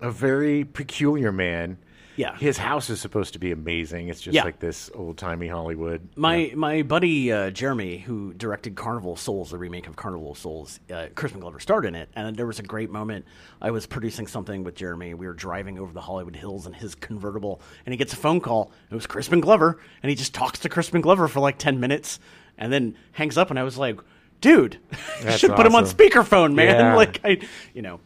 Speaker 1: a very peculiar man.
Speaker 2: Yeah.
Speaker 1: his house is supposed to be amazing. It's just
Speaker 2: Yeah.
Speaker 1: like this old timey Hollywood.
Speaker 2: My my buddy uh, Jeremy, who directed Carnival of Souls, the remake of Carnival of Souls, uh, Crispin Glover starred in it, and there was a great moment. I was producing something with Jeremy. We were driving over the Hollywood Hills in his convertible, and he gets a phone call. It was Crispin Glover, and he just talks to Crispin Glover for like ten minutes, and then hangs up. And I was like, "Dude, you
Speaker 1: That's
Speaker 2: should put him on
Speaker 1: awesome.
Speaker 2: speakerphone, man!"
Speaker 1: Yeah.
Speaker 2: Like, I, you know.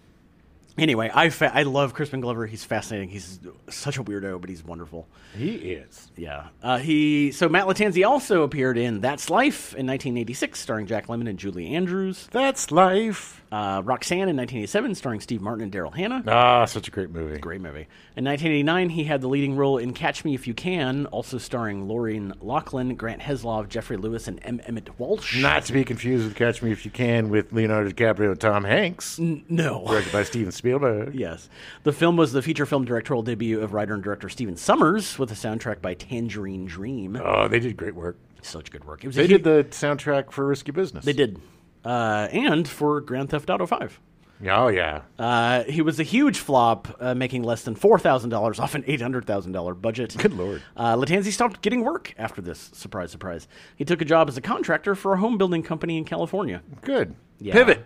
Speaker 2: Anyway, I fa- I love Crispin Glover. He's fascinating. He's such a weirdo, but he's wonderful.
Speaker 1: He is.
Speaker 2: Yeah. Uh, he so Matt Latanzi also appeared in That's Life in 1986, starring Jack Lemmon and Julie Andrews.
Speaker 1: That's life.
Speaker 2: Uh, Roxanne in 1987, starring Steve Martin and Daryl Hannah.
Speaker 1: Ah, such a great movie.
Speaker 2: Great movie. In 1989, he had the leading role in Catch Me If You Can, also starring Laureen Lachlan, Grant Heslov, Jeffrey Lewis, and M. Emmett Walsh.
Speaker 1: Not to be confused with Catch Me If You Can with Leonardo DiCaprio and Tom Hanks,
Speaker 2: N- no.
Speaker 1: directed by Steven Spielberg.
Speaker 2: yes. The film was the feature film directorial debut of writer and director Steven Summers, with a soundtrack by Tangerine Dream.
Speaker 1: Oh, they did great work.
Speaker 2: Such good work. It was a
Speaker 1: They
Speaker 2: hu-
Speaker 1: did the soundtrack for Risky Business.
Speaker 2: They did. Uh, and for Grand Theft Auto 5.
Speaker 1: Oh yeah.
Speaker 2: Uh, he was a huge flop, uh, making less than four thousand dollars off an eight hundred thousand dollar budget.
Speaker 1: Good lord.
Speaker 2: Uh, Latanzi stopped getting work after this. Surprise, surprise. He took a job as a contractor for a home building company in California.
Speaker 1: Good.
Speaker 2: Yeah.
Speaker 1: Pivot.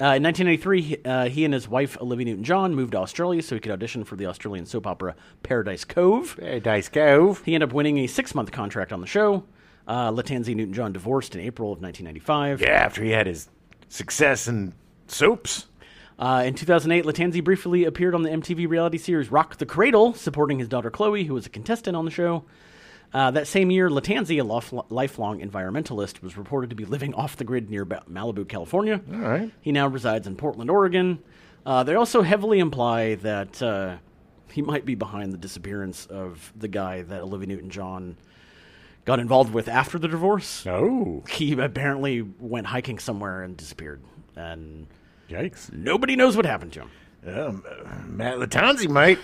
Speaker 2: Uh, in 1993, he- uh, he and his wife Olivia Newton-John moved to Australia so he could audition for the Australian soap opera Paradise Cove.
Speaker 1: Paradise Cove.
Speaker 2: He ended up winning a six-month contract on the show. Uh, Latanzi and Newton-John divorced in April of 1995.
Speaker 1: Yeah, after he had his success in soaps.
Speaker 2: Uh, in 2008, Latanzi briefly appeared on the MTV reality series Rock the Cradle, supporting his daughter Chloe, who was a contestant on the show. Uh, that same year, Latanzi, a lof- lifelong environmentalist, was reported to be living off the grid near Ba- Malibu, California.
Speaker 1: All right.
Speaker 2: He now resides in Portland, Oregon. Uh, they also heavily imply that uh, he might be behind the disappearance of the guy that Olivia Newton John got involved with after the divorce.
Speaker 1: Oh,
Speaker 2: He apparently went hiking somewhere and disappeared, and
Speaker 1: yikes.
Speaker 2: nobody knows what happened to him.
Speaker 1: Um, uh, Matt Latanzi might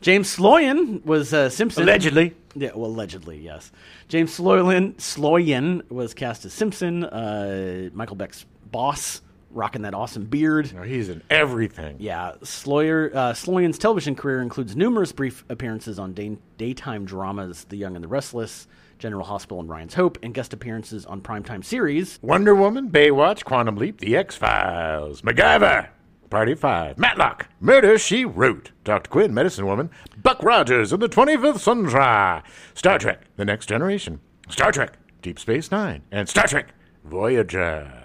Speaker 2: James Sloyan was uh, Simpson.
Speaker 1: allegedly.
Speaker 2: Yeah, well, allegedly, yes. James Sloyan, Sloyan was cast as Simpson, uh, Michael Beck's boss, rocking that awesome beard.
Speaker 1: No, he's in everything.
Speaker 2: Yeah, Sloyer, uh, Sloyan's television career includes numerous brief appearances on day- daytime dramas The Young and the Restless, General Hospital, and Ryan's Hope, and guest appearances on primetime series.
Speaker 1: Wonder Woman, Baywatch, Quantum Leap, The X Files, MacGyver, Party of Five, Matlock, Murder She Wrote, Dr. Quinn, Medicine Woman, Buck Rogers and the 25th Century, Star Trek, The Next Generation, Star Trek, Deep Space Nine, and Star Trek, Voyager.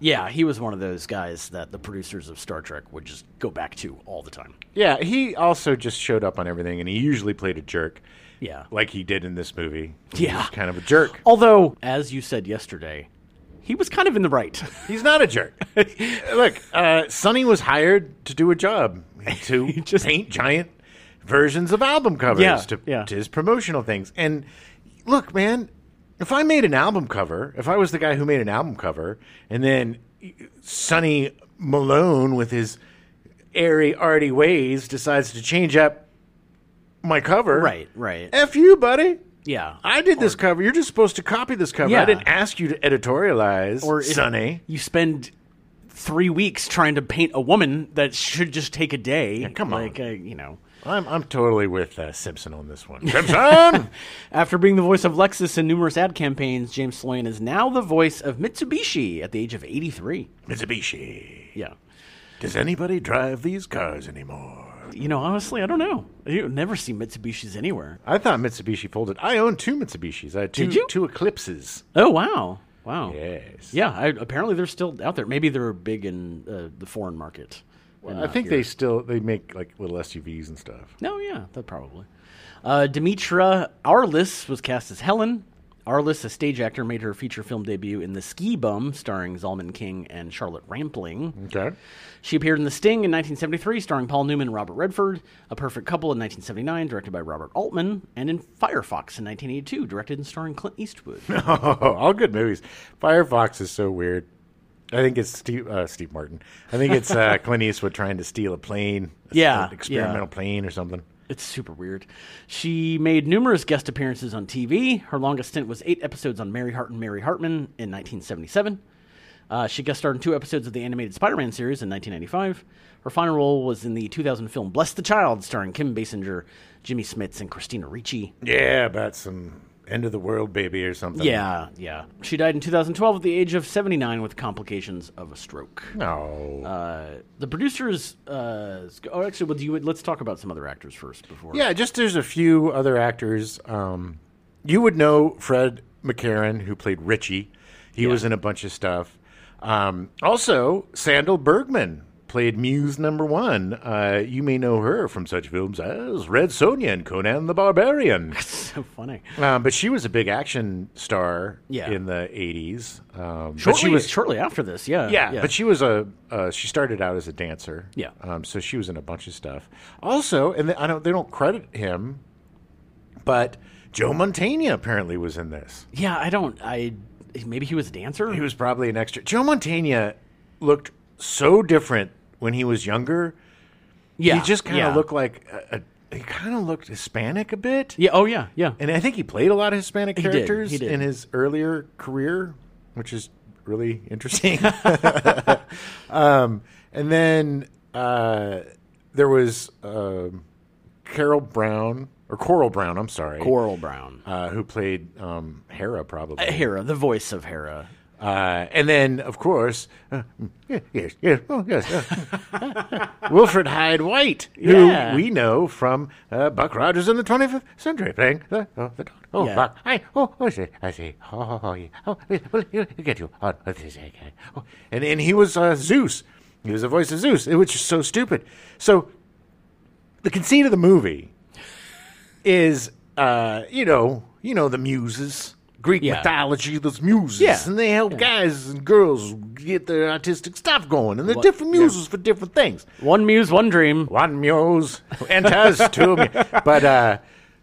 Speaker 2: Yeah, he was one of those guys that the producers of Star Trek would just go back to all the time.
Speaker 1: Yeah, he also just showed up on everything, and he usually played a jerk,
Speaker 2: Yeah.
Speaker 1: like he did in this movie. He
Speaker 2: Yeah.
Speaker 1: was kind of a jerk.
Speaker 2: Although, as you said yesterday, he was kind of in the right.
Speaker 1: He's not a jerk. Look, uh, Sonny was hired to do a job to
Speaker 2: just-
Speaker 1: paint giant versions of album covers
Speaker 2: Yeah,
Speaker 1: to,
Speaker 2: yeah.
Speaker 1: to his promotional things. And look, man, if I made an album cover, if I was the guy who made an album cover, and then Sonny Malone with his airy, arty ways decides to change up my cover,
Speaker 2: right, right.
Speaker 1: F you, buddy.
Speaker 2: Yeah.
Speaker 1: I did this cover. You're just supposed to copy this cover. I
Speaker 2: Yeah.
Speaker 1: didn't ask you to editorialize,
Speaker 2: Or
Speaker 1: or
Speaker 2: if
Speaker 1: Sonny.
Speaker 2: You spend three weeks trying to paint a woman that should just take a day.
Speaker 1: come on.
Speaker 2: Like, uh, you know.
Speaker 1: I'm I'm totally with uh, Simpson on this one. Simpson.
Speaker 2: After being the voice of Lexus in numerous ad campaigns, James Sloan is now the voice of Mitsubishi at the age of 83.
Speaker 1: Mitsubishi.
Speaker 2: Yeah.
Speaker 1: Does anybody drive these cars anymore?
Speaker 2: You know, honestly, I don't know. You never see Mitsubishis anywhere.
Speaker 1: I thought Mitsubishi folded. I own two Mitsubishis. I had two
Speaker 2: Did you?
Speaker 1: two Eclipses.
Speaker 2: Oh, wow. Wow.
Speaker 1: Yes.
Speaker 2: Yeah, I, apparently they're still out there. Maybe they're big in uh, the foreign market. and
Speaker 1: I
Speaker 2: not
Speaker 1: think
Speaker 2: here.
Speaker 1: they still they make like little SUVs and
Speaker 2: Oh,
Speaker 1: stuff.
Speaker 2: No, yeah, that probably. Uh, Demetra Arliss was cast as Helen. Arliss, a stage actor, made her feature film debut in The Ski Bum, starring Zalman King and Charlotte Rampling.
Speaker 1: Okay.
Speaker 2: She appeared in The Sting in 1973, starring Paul Newman and Robert Redford, A Perfect Couple in 1979, directed by Robert Altman, and in Firefox in 1982, directed and starring Clint Eastwood.
Speaker 1: Oh, all good movies. Firefox is so weird. I think it's Steve, uh, Steve Martin. I think it's uh, Clint Eastwood trying to steal a plane.
Speaker 2: Yeah,
Speaker 1: An experimental plane or something.
Speaker 2: It's super weird. She made numerous guest appearances on TV. Her longest stint was eight episodes on Mary Hart and Mary Hartman in 1977. Uh, she guest starred in two episodes of the animated Spider Man series in 1995. Her final role was in the 2000 film Bless the Child, starring Kim Basinger, Jimmy Smits, and Christina Ricci.
Speaker 1: Yeah, about some end of the world baby or something.
Speaker 2: Yeah, yeah. She died in 2012 at the age of 79 with complications of a stroke.
Speaker 1: No.
Speaker 2: Uh, the producers. Uh, oh, actually, well, do you, let's talk about some other actors first before.
Speaker 1: yeah, just there's a few other actors. Um, you would know Fred McCarran, who played Richie. He was in a bunch of stuff. Um, also, Sandal Bergman played Muse number one. Uh, you may know her from such films as Red Sonja and Conan the Barbarian.
Speaker 2: so funny.
Speaker 1: Um, but she was a big action star
Speaker 2: Yeah.
Speaker 1: in the '80s. Um, but
Speaker 2: Shortly,
Speaker 1: she was,
Speaker 2: shortly after this, yeah,
Speaker 1: yeah, But she was a uh, she started out as a dancer.
Speaker 2: Yeah.
Speaker 1: Um, so she was in a bunch of stuff. Also, and they, I don't they don't credit him, but Joe Montana apparently was in this.
Speaker 2: yeah, I don't, I maybe he was a dancer.
Speaker 1: He was probably an extra. Joe Montana looked so different when he was younger.
Speaker 2: yeah,
Speaker 1: He just kind of
Speaker 2: yeah.
Speaker 1: looked like a, a, he kind of looked Hispanic a bit.
Speaker 2: Yeah, oh yeah, yeah,
Speaker 1: And I think he played a lot of Hispanic
Speaker 2: did, he
Speaker 1: characters
Speaker 2: did.
Speaker 1: in his earlier career, which is really interesting. um, and then uh, there was um Carol Brown, or Coral Brown, I'm sorry.
Speaker 2: Coral Brown,
Speaker 1: Uh, who played um, Hera, probably.
Speaker 2: Uh, Hera, the voice of Hera.
Speaker 1: Uh, and then, of course, uh, yes, yes, yes, oh, yes. uh, Wilfred Hyde White, who
Speaker 2: Yeah.
Speaker 1: we know from uh, Buck Rogers in the 25th Century, playing the, oh, the dog. Oh,
Speaker 2: Yeah.
Speaker 1: Buck, I, oh, I see, I see. Oh, oh, oh, yeah. oh yeah, well, you you get you. Oh, oh, this, I can. Oh. And, and he was uh, Zeus. He was the voice of Zeus, which is so stupid. So the conceit of the movie is uh, you know, you know the muses, Greek
Speaker 2: Yeah.
Speaker 1: mythology, those muses,
Speaker 2: Yeah.
Speaker 1: and they help guys and girls get their artistic stuff going, and they're
Speaker 2: What-
Speaker 1: different muses for different things.
Speaker 2: One muse, one dream.
Speaker 1: One muse enters two, mu- but uh,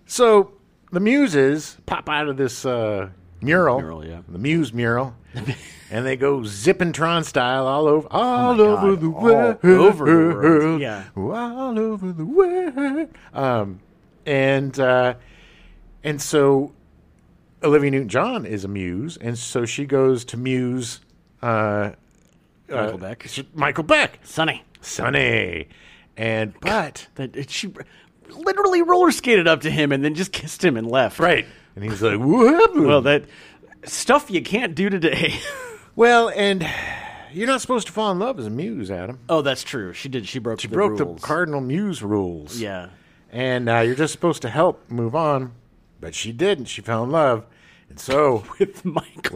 Speaker 1: so the muses pop out of this uh, mural,
Speaker 2: Mural, yeah.
Speaker 1: the muse mural. And they go zipping Tron style all over, all over
Speaker 2: Oh God,
Speaker 1: the
Speaker 2: all
Speaker 1: world,
Speaker 2: over the world, yeah.
Speaker 1: all over the world. Um, and uh, and so Olivia Newton John is a muse, and so she goes to muse uh,
Speaker 2: Michael Beck,
Speaker 1: sh- Michael Beck,
Speaker 2: Sonny.
Speaker 1: Sonny, and but
Speaker 2: That it- she literally roller skated up to him and then just kissed him and left.
Speaker 1: right, and he's like, "What?"
Speaker 2: Well,
Speaker 1: Well,
Speaker 2: that stuff you can't do today.
Speaker 1: well, and you're not supposed to fall in love as a muse, Adam.
Speaker 2: oh, that's true. She did. She broke. She the
Speaker 1: Broke
Speaker 2: rules.
Speaker 1: the cardinal muse rules.
Speaker 2: Yeah.
Speaker 1: and uh, you're just supposed to help move on, but she didn't. She fell in love, and so
Speaker 2: With Michael,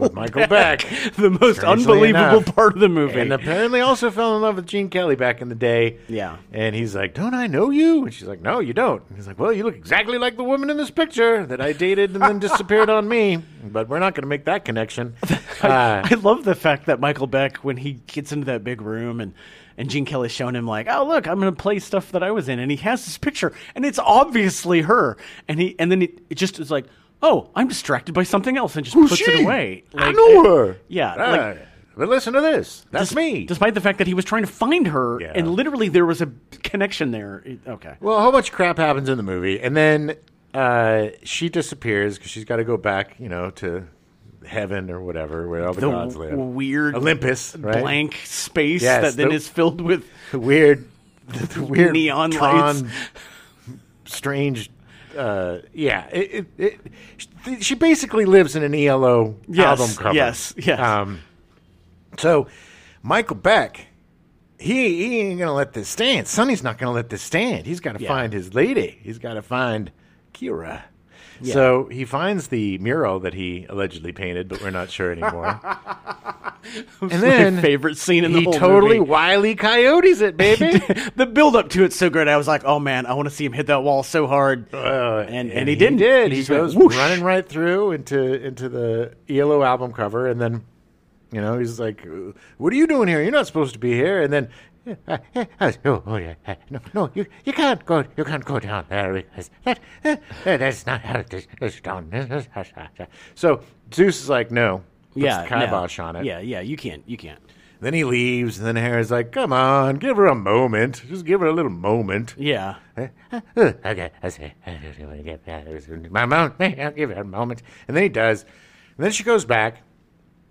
Speaker 1: With Michael Beck.
Speaker 2: the most
Speaker 1: Strangely
Speaker 2: unbelievable
Speaker 1: enough.
Speaker 2: part of the movie.
Speaker 1: And apparently also fell in love with Gene Kelly back in the day.
Speaker 2: Yeah.
Speaker 1: And he's like, Don't I know you? And she's like, No, you don't. And he's like, Well, you look exactly like the woman in this picture that I dated and then disappeared on me. But we're not going to make that connection. Uh,
Speaker 2: I love the fact that Michael Beck, when he gets into that big room and and Gene Kelly's showing him like, oh look, I'm gonna play stuff that I was in, and he has this picture, and it's obviously her, and he and then it, it just is like, oh, I'm distracted by something else, and just
Speaker 1: who's
Speaker 2: puts it
Speaker 1: she?
Speaker 2: away.
Speaker 1: Oh, I
Speaker 2: Like,
Speaker 1: know her.
Speaker 2: yeah,
Speaker 1: Ah,
Speaker 2: like-
Speaker 1: but listen to this. That's
Speaker 2: des-
Speaker 1: me.
Speaker 2: Despite the fact that he was trying to find her,
Speaker 1: Yeah.
Speaker 2: and literally there was a connection there. It- okay,
Speaker 1: Well, a whole bunch of crap happens in the movie, and then uh, she disappears because she's got to go back, you know, to heaven or whatever, where all the,
Speaker 2: the
Speaker 1: gods live.
Speaker 2: weird
Speaker 1: Olympus, right?
Speaker 2: blank space
Speaker 1: Yes,
Speaker 2: that then
Speaker 1: the-
Speaker 2: is filled with
Speaker 1: The weird, the, the weird
Speaker 2: Neon
Speaker 1: Tron,
Speaker 2: lights.
Speaker 1: strange. Uh, yeah, it, it, it, she basically lives in an ELO
Speaker 2: Yes,
Speaker 1: album cover.
Speaker 2: yes, yes.
Speaker 1: Um, so, Michael Beck, he, he ain't gonna let this stand. Sonny's not gonna let this stand. He's got to
Speaker 2: Yeah.
Speaker 1: find his lady. He's got to find Kira. So he finds the mural that he allegedly painted, but we're not sure anymore. and then
Speaker 2: my favorite scene in the
Speaker 1: he
Speaker 2: whole
Speaker 1: totally
Speaker 2: movie.
Speaker 1: wily coyotes it, baby.
Speaker 2: the build up to it's so great. I was like, oh man, I want to see him hit that wall so hard.
Speaker 1: Uh,
Speaker 2: And- and he didn't.
Speaker 1: did.
Speaker 2: He
Speaker 1: He,
Speaker 2: just went
Speaker 1: goes
Speaker 2: whoosh.
Speaker 1: running right through into into the ELO album cover, and then you know he's like, "What are you doing here? You're not supposed to be here." And then, "Uh, uh, uh, oh, oh, yeah, uh, no, no, you you can't go, you can't go down there. because That uh, uh, that's not how this is done. So Zeus is like, "No." Puts
Speaker 2: yeah,
Speaker 1: the
Speaker 2: no.
Speaker 1: kibosh on it.
Speaker 2: Yeah, yeah, you can't, you can't.
Speaker 1: Then he leaves, and then Hera's like, "Come on, give her a moment. Just give her a little moment."
Speaker 2: Yeah,
Speaker 1: okay, I see. I just want to get back. My moment. I'll give it a moment. And then he does. And then she goes back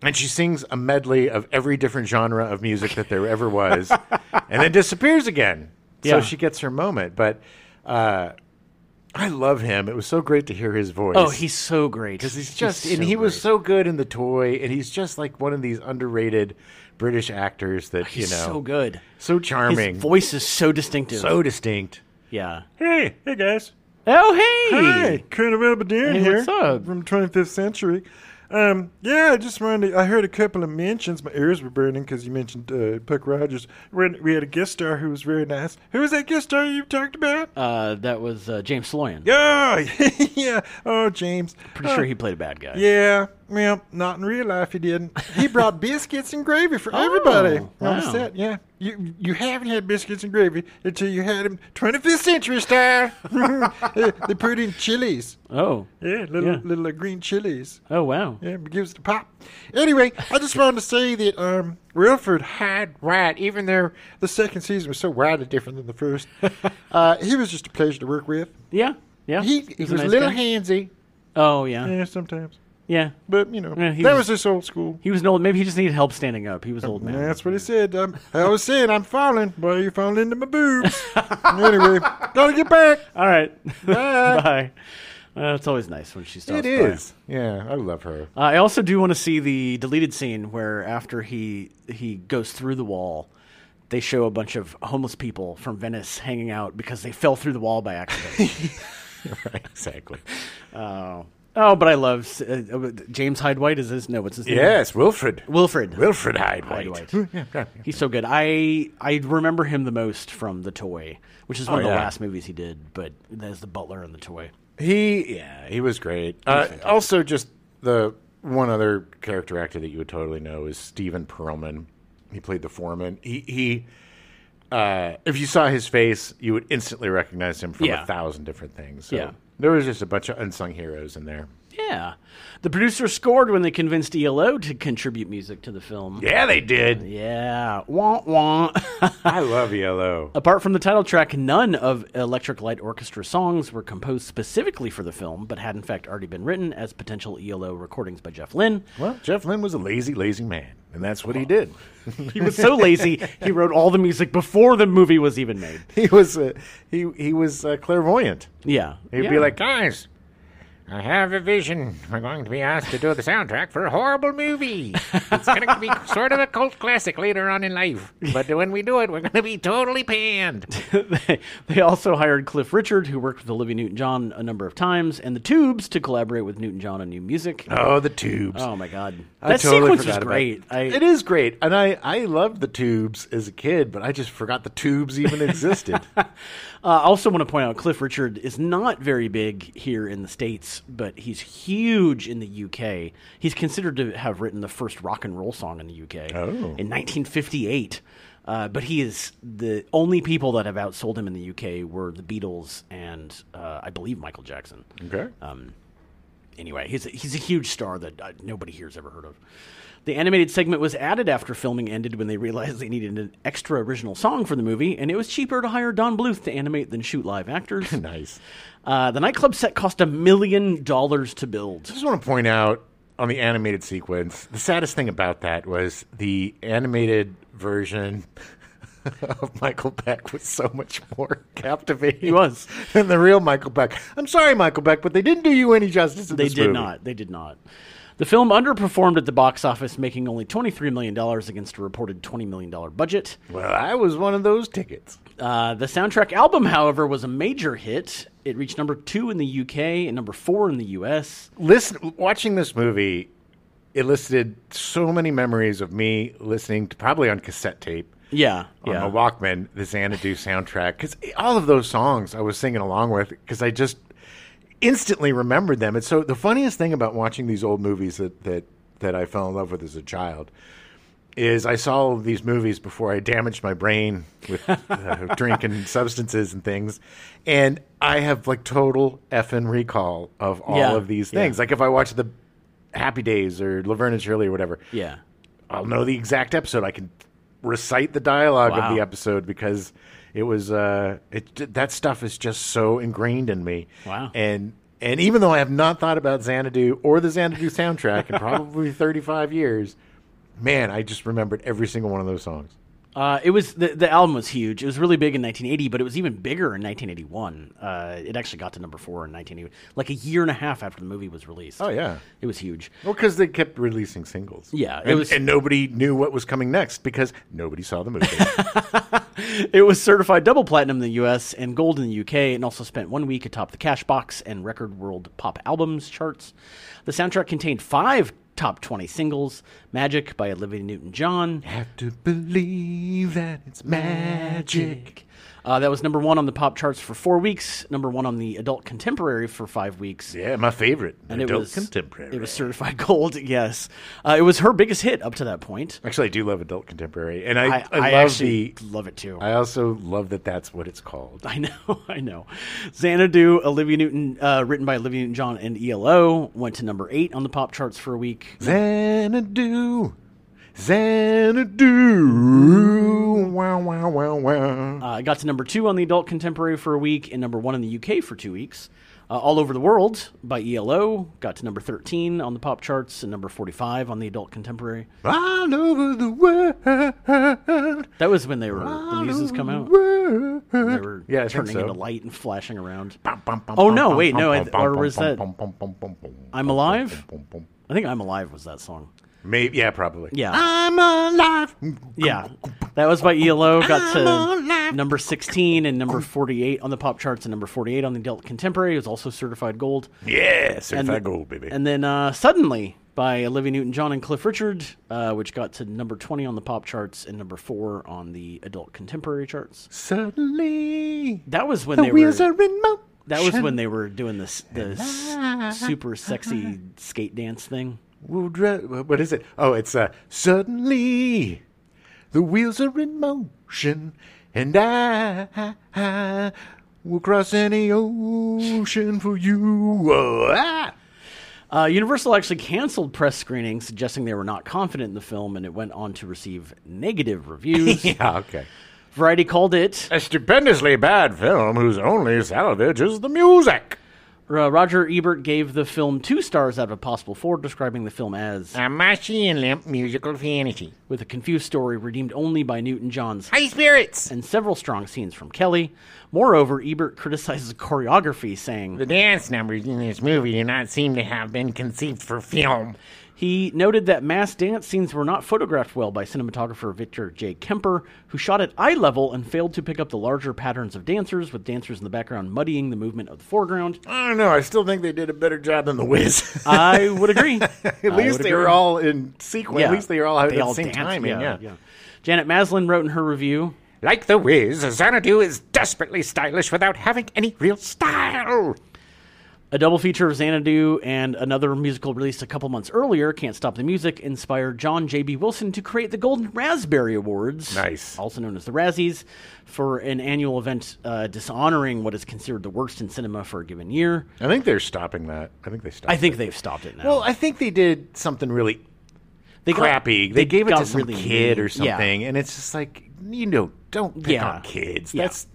Speaker 1: and she sings a medley of every different genre of music that there ever was and then disappears again.
Speaker 2: Yeah.
Speaker 1: So she gets her moment. But uh, I love him. It was so great to hear his voice.
Speaker 2: Oh, he's so great.
Speaker 1: Because he's just, and he was
Speaker 2: great.
Speaker 1: so good in the toy, and he's just like one of these underrated British actors that
Speaker 2: he's
Speaker 1: you know,
Speaker 2: so good.
Speaker 1: so
Speaker 2: His
Speaker 1: charming,
Speaker 2: voice is so distinctive.
Speaker 1: so distinct.
Speaker 2: yeah.
Speaker 1: Hey, hey guys,
Speaker 2: Oh hey,
Speaker 4: Hi, Colonel Abadere
Speaker 2: Hey,
Speaker 4: here
Speaker 2: what's up?
Speaker 4: from 25th Century. Um, yeah, I just wanted to, I heard a couple of mentions. My ears were burning because you mentioned uh, Puck Rogers. We had, we had a guest star who was very nice. Who was that guest star you talked about?
Speaker 2: Uh, that was uh, James Sloyan.
Speaker 4: Yeah, yeah. Oh, James.
Speaker 2: Pretty sure he played a bad guy.
Speaker 4: Yeah, well, not in real life he didn't. He brought biscuits and gravy for everybody on
Speaker 2: Oh, wow.
Speaker 4: the set. Yeah, you you haven't had biscuits and gravy until you had them 25th Century style. they they put in chilies.
Speaker 2: Oh.
Speaker 4: Yeah, little
Speaker 2: Yeah.
Speaker 4: little uh, green chilies.
Speaker 2: Oh wow.
Speaker 4: Yeah, it gives it a pop. Anyway, I just wanted to say that um, Wilford Hyde White, even though the second season was so wildly different than the first, uh, he was just a pleasure to work with.
Speaker 2: Yeah. Yeah.
Speaker 4: He, he
Speaker 2: He's
Speaker 4: was
Speaker 2: a
Speaker 4: a
Speaker 2: nice
Speaker 4: little
Speaker 2: guy.
Speaker 4: handsy,
Speaker 2: Oh yeah.
Speaker 4: yeah, sometimes.
Speaker 2: Yeah.
Speaker 4: But you know,
Speaker 2: Yeah, he
Speaker 4: that
Speaker 2: was-
Speaker 4: was, this old school.
Speaker 2: He was an old. Maybe he just needed help standing up. He was an old man.
Speaker 4: That's what he said. Um, I was saying I'm falling. Well, you're falling into my boobs. anyway, gotta get back.
Speaker 2: All right.
Speaker 4: Bye.
Speaker 2: Bye. Uh, it's always nice when she stops.
Speaker 1: It
Speaker 2: by.
Speaker 1: is. Yeah, I love her.
Speaker 2: Uh, I also do want to see the deleted scene where after he he goes through the wall, they show a bunch of homeless people from Venice hanging out because they fell through the wall by accident.
Speaker 1: exactly.
Speaker 2: oh. Oh, but I love s- uh, uh, James Hyde White. Is his no? What's his name?
Speaker 1: Yes, Wilfred.
Speaker 2: Wilfred.
Speaker 1: Wilfred Hyde
Speaker 2: White.
Speaker 1: White.
Speaker 2: He's so good. I I remember him the most from The Toy, which is one of the
Speaker 1: Oh, yeah.
Speaker 2: last movies he did, but there's the butler in The Toy.
Speaker 1: He, yeah, he was great. Uh, also, just the one other character actor that you would totally know is Steven Perlman. He played the foreman. He, he uh, if you saw his face, you would instantly recognize him from
Speaker 2: Yeah.
Speaker 1: a thousand different things. So
Speaker 2: Yeah.
Speaker 1: There was just a bunch of unsung heroes in there.
Speaker 2: Yeah. The producer scored when they convinced ELO to contribute music to the film.
Speaker 1: Yeah, they did.
Speaker 2: Yeah. Wah, wah.
Speaker 1: I love Yellow.
Speaker 2: Apart from the title track, none of Electric Light Orchestra songs were composed specifically for the film, but had in fact already been written as potential ELO recordings by Jeff Lynne.
Speaker 1: Well, Jeff Lynne was a lazy, lazy man, and that's what he did.
Speaker 2: He was so lazy, he wrote all the music before the movie was even made.
Speaker 1: he was uh, he he was uh, clairvoyant.
Speaker 2: Yeah.
Speaker 1: He'd
Speaker 2: Yeah.
Speaker 1: be like,
Speaker 3: Guys, I have a vision. We're going to be asked to do the soundtrack for a horrible movie. It's going to be sort of a cult classic later on in life. But when we do it, we're going to be totally panned.
Speaker 2: they, they also hired Cliff Richard, who worked with Olivia Newton John a number of times, and the Tubes to collaborate with Newton John on new music.
Speaker 1: "Oh, the tubes."
Speaker 2: Oh my God,
Speaker 1: I
Speaker 2: that
Speaker 1: totally
Speaker 2: sequence
Speaker 1: forgot
Speaker 2: was
Speaker 1: about-
Speaker 2: great. I,
Speaker 1: it is great, and I I loved the tubes as a kid, but I just forgot the tubes even existed.
Speaker 2: uh, also want to point out Cliff Richard is not very big here in the states, but he's huge in the UK. He's considered to have written the first rock and roll song in the UK
Speaker 1: Oh.
Speaker 2: in 1958. Uh, but he is the only people that have outsold him in the UK were the Beatles and uh, I believe Michael Jackson.
Speaker 1: okay.
Speaker 2: anyway, he's a, he's a huge star that uh, nobody here's ever heard of. The animated segment was added after filming ended when they realized they needed an extra original song for the movie, and it was cheaper to hire Don Bluth to animate than shoot live actors.
Speaker 1: nice.
Speaker 2: Uh, the nightclub set cost a million dollars to
Speaker 1: I
Speaker 2: build.
Speaker 1: just want to point out on the animated sequence, the saddest thing about that was the animated version. Of Michael Beck was so much more captivating. He
Speaker 2: was.
Speaker 1: than the real Michael Beck. I'm sorry, Michael Beck, but they didn't do you any justice. In
Speaker 2: They
Speaker 1: this
Speaker 2: did
Speaker 1: movie.
Speaker 2: not. They did not. The film underperformed at the box office, making only $23 million against a reported $20 million budget.
Speaker 1: Well, I was one of those tickets.
Speaker 2: Uh, the soundtrack album, however, was a major hit. It reached number two in the UK and number four in the US.
Speaker 1: Listen, watching this movie, elicited so many memories of me listening to probably on cassette tape
Speaker 2: Yeah,
Speaker 1: on
Speaker 2: yeah.
Speaker 1: my Walkman the Xanadu soundtrack because all of those songs I was singing along with because I just instantly remembered them. And so the funniest thing about watching these old movies that that that I fell in love with as a child is I saw all of these movies before I damaged my brain with uh, drinking substances and things, and I have like total effing recall of all
Speaker 2: Yeah,
Speaker 1: of these
Speaker 2: yeah.
Speaker 1: things. Like if I watch the Happy Days or Laverne and Shirley or whatever,
Speaker 2: yeah.
Speaker 1: I'll know the exact episode. I can recite the dialogue
Speaker 2: Wow.
Speaker 1: of the episode because it was uh, it that stuff is just so ingrained in me.
Speaker 2: Wow.
Speaker 1: And and even though I have not thought about Xanadu or the Xanadu soundtrack in probably 35 years, man, I just remembered every single one of those songs.
Speaker 2: Uh, it was the the album was huge. It was really big in 1980, but it was even bigger in 1981. Uh, it actually got to number four in 1980, like a year and a half after the movie was released.
Speaker 1: Oh, yeah.
Speaker 2: it was huge.
Speaker 1: Well, because they kept releasing singles.
Speaker 2: Yeah, it
Speaker 1: and,
Speaker 2: was-
Speaker 1: and nobody knew what was coming next because nobody saw the movie.
Speaker 2: It was certified double platinum in the U.S. and gold in the U.K. and also spent one week atop the Cashbox and Record World Pop Albums charts. The soundtrack contained five top 20 singles: "Magic" by Olivia Newton-John.
Speaker 1: have to believe that it's magic.
Speaker 2: Uh, that was number one on the pop charts for four weeks. Number one on the adult contemporary for five weeks.
Speaker 1: Yeah, my favorite.
Speaker 2: And
Speaker 1: Adult
Speaker 2: it was
Speaker 1: contemporary.
Speaker 2: It was certified gold. Yes, uh, it was her biggest hit up to that point.
Speaker 1: Actually, I do love adult contemporary, and I, I,
Speaker 2: I, I
Speaker 1: love
Speaker 2: actually
Speaker 1: the.
Speaker 2: love it too.
Speaker 1: I also love that that's what it's called.
Speaker 2: I know, I know. Xanadu, Olivia Newton, uh, written by Olivia Newton John and ELO, went to number eight on the pop charts for a week.
Speaker 1: Xanadu, Xanadu, wow, wow, wow, wow.
Speaker 2: Uh, it got to number two on the adult contemporary for a week and number one in the UK for two weeks. Uh, All Over the World by ELO got to number 13 on the pop charts and number 45 on the adult contemporary.
Speaker 1: All over the world.
Speaker 2: That was when they were, the muses come out. They were
Speaker 1: Yeah, I think
Speaker 2: turning
Speaker 1: so.
Speaker 2: into light and flashing around.
Speaker 1: Bum, bum, bum,
Speaker 2: Oh,
Speaker 1: bum,
Speaker 2: no,
Speaker 1: bum,
Speaker 2: wait,
Speaker 1: bum,
Speaker 2: no, I-
Speaker 1: bum,
Speaker 2: or
Speaker 1: bum,
Speaker 2: was
Speaker 1: bum,
Speaker 2: that-
Speaker 1: bum, bum, bum, bum, bum,
Speaker 2: I'm
Speaker 1: bum,
Speaker 2: Alive?
Speaker 1: bum, bum, bum.
Speaker 2: I think I'm Alive was that song.
Speaker 1: Maybe, yeah, probably.
Speaker 2: Yeah.
Speaker 1: I'm alive.
Speaker 2: Yeah, that was by ELO. Got
Speaker 1: I'm
Speaker 2: to
Speaker 1: alive.
Speaker 2: number 16 and number 48 on the pop charts, and number 48 on the adult contemporary. It was also certified gold.
Speaker 1: Yeah, certified
Speaker 2: And-
Speaker 1: gold, baby.
Speaker 2: And then uh, suddenly by Olivia Newton-John and Cliff Richard, uh, which got to number 20 on the pop charts and number four on the adult contemporary charts.
Speaker 1: Suddenly,
Speaker 2: That was when
Speaker 1: the
Speaker 2: they
Speaker 1: wheels
Speaker 2: were.
Speaker 1: are in motion.
Speaker 2: that was when they were doing this the
Speaker 1: Ah.
Speaker 2: s- super sexy skate dance thing.
Speaker 1: We'll dre- what is it? Oh, it's uh, suddenly the wheels are in motion, and I, I will cross any ocean for you. Oh, ah!
Speaker 2: Uh, Universal actually canceled press screenings, suggesting they were not confident in the film, and it went on to receive negative reviews.
Speaker 1: Yeah, okay.
Speaker 2: Variety called it.
Speaker 1: A stupendously bad film whose only salvage is the music.
Speaker 2: Uh, Roger Ebert gave the film two stars out of a possible four, describing the film as
Speaker 3: A mushy and limp musical fantasy.
Speaker 2: with a confused story redeemed only by Newton John's
Speaker 3: High spirits!
Speaker 2: and several strong scenes from Kelly. Moreover, Ebert criticizes choreography, saying
Speaker 3: The dance numbers in this movie do not seem to have been conceived for film.
Speaker 2: he noted that mass dance scenes were not photographed well by cinematographer Victor J. Kemper, who shot at eye level and failed to pick up the larger patterns of dancers, with dancers in the background muddying the movement of the foreground.
Speaker 1: I don't know. I still think they did a better job than The Wiz.
Speaker 2: I would agree.
Speaker 1: At least
Speaker 2: would
Speaker 1: they were
Speaker 2: agree.
Speaker 1: all in sequence. At least they were all out
Speaker 2: They
Speaker 1: at
Speaker 2: all
Speaker 1: the same
Speaker 2: danced,
Speaker 1: time. and yeah.
Speaker 2: Janet Maslin wrote in her review
Speaker 3: Like The Wiz, Xanadu is desperately stylish without having any real style.
Speaker 2: a double feature of Xanadu and another musical released a couple months earlier, Can't Stop the Music, inspired John J.B. Wilson to create the Golden Raspberry Awards.
Speaker 1: Nice.
Speaker 2: Also known as the Razzies, for an annual event uh, dishonoring what is considered the worst in cinema for a given year.
Speaker 1: I think they're stopping that. I think they stopped.
Speaker 2: I think they've stopped it now.
Speaker 1: Well, I think they did something really
Speaker 2: they got-
Speaker 1: crappy. they, gave it
Speaker 2: got
Speaker 1: to some
Speaker 2: really
Speaker 1: kid
Speaker 2: mean.
Speaker 1: or
Speaker 2: Yeah.
Speaker 1: something, and it's just like you know, don't pick
Speaker 2: Yeah.
Speaker 1: on kids.
Speaker 2: Yeah.
Speaker 1: That's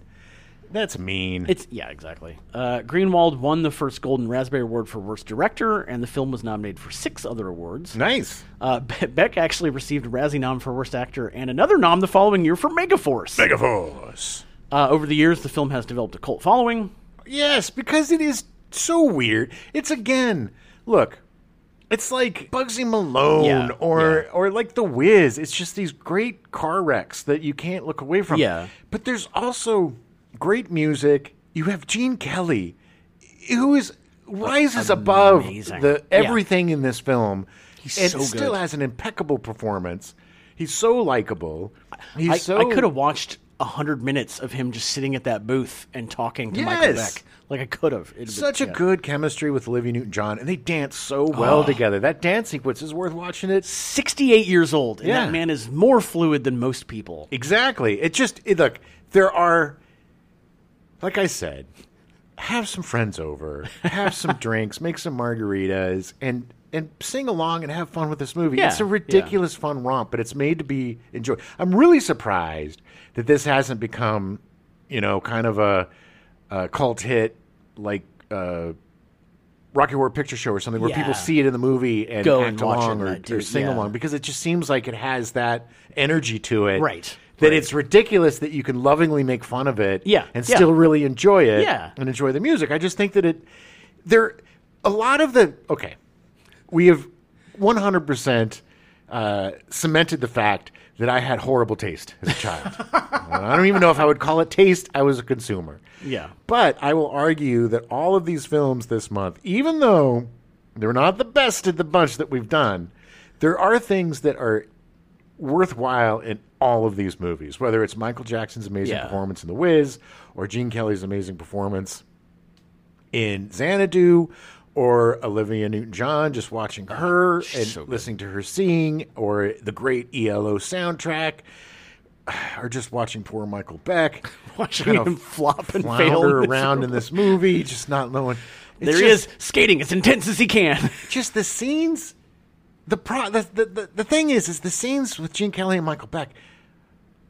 Speaker 1: that's mean.
Speaker 2: It's yeah, exactly. Uh, Greenwald won the first Golden Raspberry Award for Worst Director, and the film was nominated for six other awards.
Speaker 1: nice.
Speaker 2: Uh, Be- Beck actually received a Razzie nom for Worst Actor and another nom the following year for Megaforce.
Speaker 1: Megaforce.
Speaker 2: Uh, over the years, the film has developed a cult following.
Speaker 1: Yes, because it is so weird. It's again, look, it's like Bugsy Malone
Speaker 2: Yeah,
Speaker 1: or or like The Wiz. It's just these great car wrecks that you can't look away from.
Speaker 2: Yeah.
Speaker 1: But there's also great music. You have Gene Kelly, who is rises above
Speaker 2: Amazing.
Speaker 1: the
Speaker 2: Yeah.
Speaker 1: everything in this film.
Speaker 2: He's
Speaker 1: and
Speaker 2: so good.
Speaker 1: still has an impeccable performance. He's so likable. He's
Speaker 2: I,
Speaker 1: so
Speaker 2: I could have watched a hundred minutes of him just sitting at that booth and talking to Michael
Speaker 1: Yes.
Speaker 2: Beck. Like I could have. It'd
Speaker 1: such
Speaker 2: been,
Speaker 1: a good chemistry with Olivia Newton John, and they dance so well together. That dance sequence is worth watching. It
Speaker 2: Sixty-eight years old, and
Speaker 1: Yeah.
Speaker 2: that man is more fluid than most people.
Speaker 1: exactly. It just it, look there are, like I said, have some friends over, have some drinks, make some margaritas, and and sing along and have fun with this movie.
Speaker 2: Yeah,
Speaker 1: it's a
Speaker 2: yeah.
Speaker 1: ridiculous fun romp, but it's made to be enjoyed. I'm really surprised that this hasn't become, you know, kind of a, a cult hit like. Uh, Rocky Horror Picture Show or something where
Speaker 2: Yeah.
Speaker 1: people see it in the movie and
Speaker 2: Go
Speaker 1: act
Speaker 2: and watch it
Speaker 1: along
Speaker 2: and
Speaker 1: or,
Speaker 2: that do
Speaker 1: or
Speaker 2: it,
Speaker 1: sing
Speaker 2: yeah.
Speaker 1: along because it just seems like it has that energy to it.
Speaker 2: Right,
Speaker 1: That
Speaker 2: right.
Speaker 1: it's ridiculous that you can lovingly make fun of it
Speaker 2: Yeah,
Speaker 1: and
Speaker 2: yeah.
Speaker 1: still really enjoy it
Speaker 2: Yeah.
Speaker 1: and enjoy the music. I just think that it there a lot of the okay. We have 100% uh, cemented the fact that I had horrible taste as a child. I don't even know if I would call it taste. I was a consumer.
Speaker 2: Yeah.
Speaker 1: But I will argue that all of these films this month, even though they're not the best of the bunch that we've done, there are things that are worthwhile in all of these movies, whether it's Michael Jackson's amazing
Speaker 2: Yeah.
Speaker 1: performance in The Wiz or Gene Kelly's amazing performance in Xanadu or Olivia Newton John, just watching
Speaker 2: Oh,
Speaker 1: her and listening to her sing, or the great ELO soundtrack, or just watching poor Michael Beck
Speaker 2: Watching
Speaker 1: kind of
Speaker 2: him flop and
Speaker 1: flounder
Speaker 2: fail
Speaker 1: around in this movie, just not knowing. It's
Speaker 2: There he
Speaker 1: just,
Speaker 2: is skating as intense as he can.
Speaker 1: just the scenes. The, pro, the, the the the thing is, is the scenes with Gene Kelly and Michael Beck.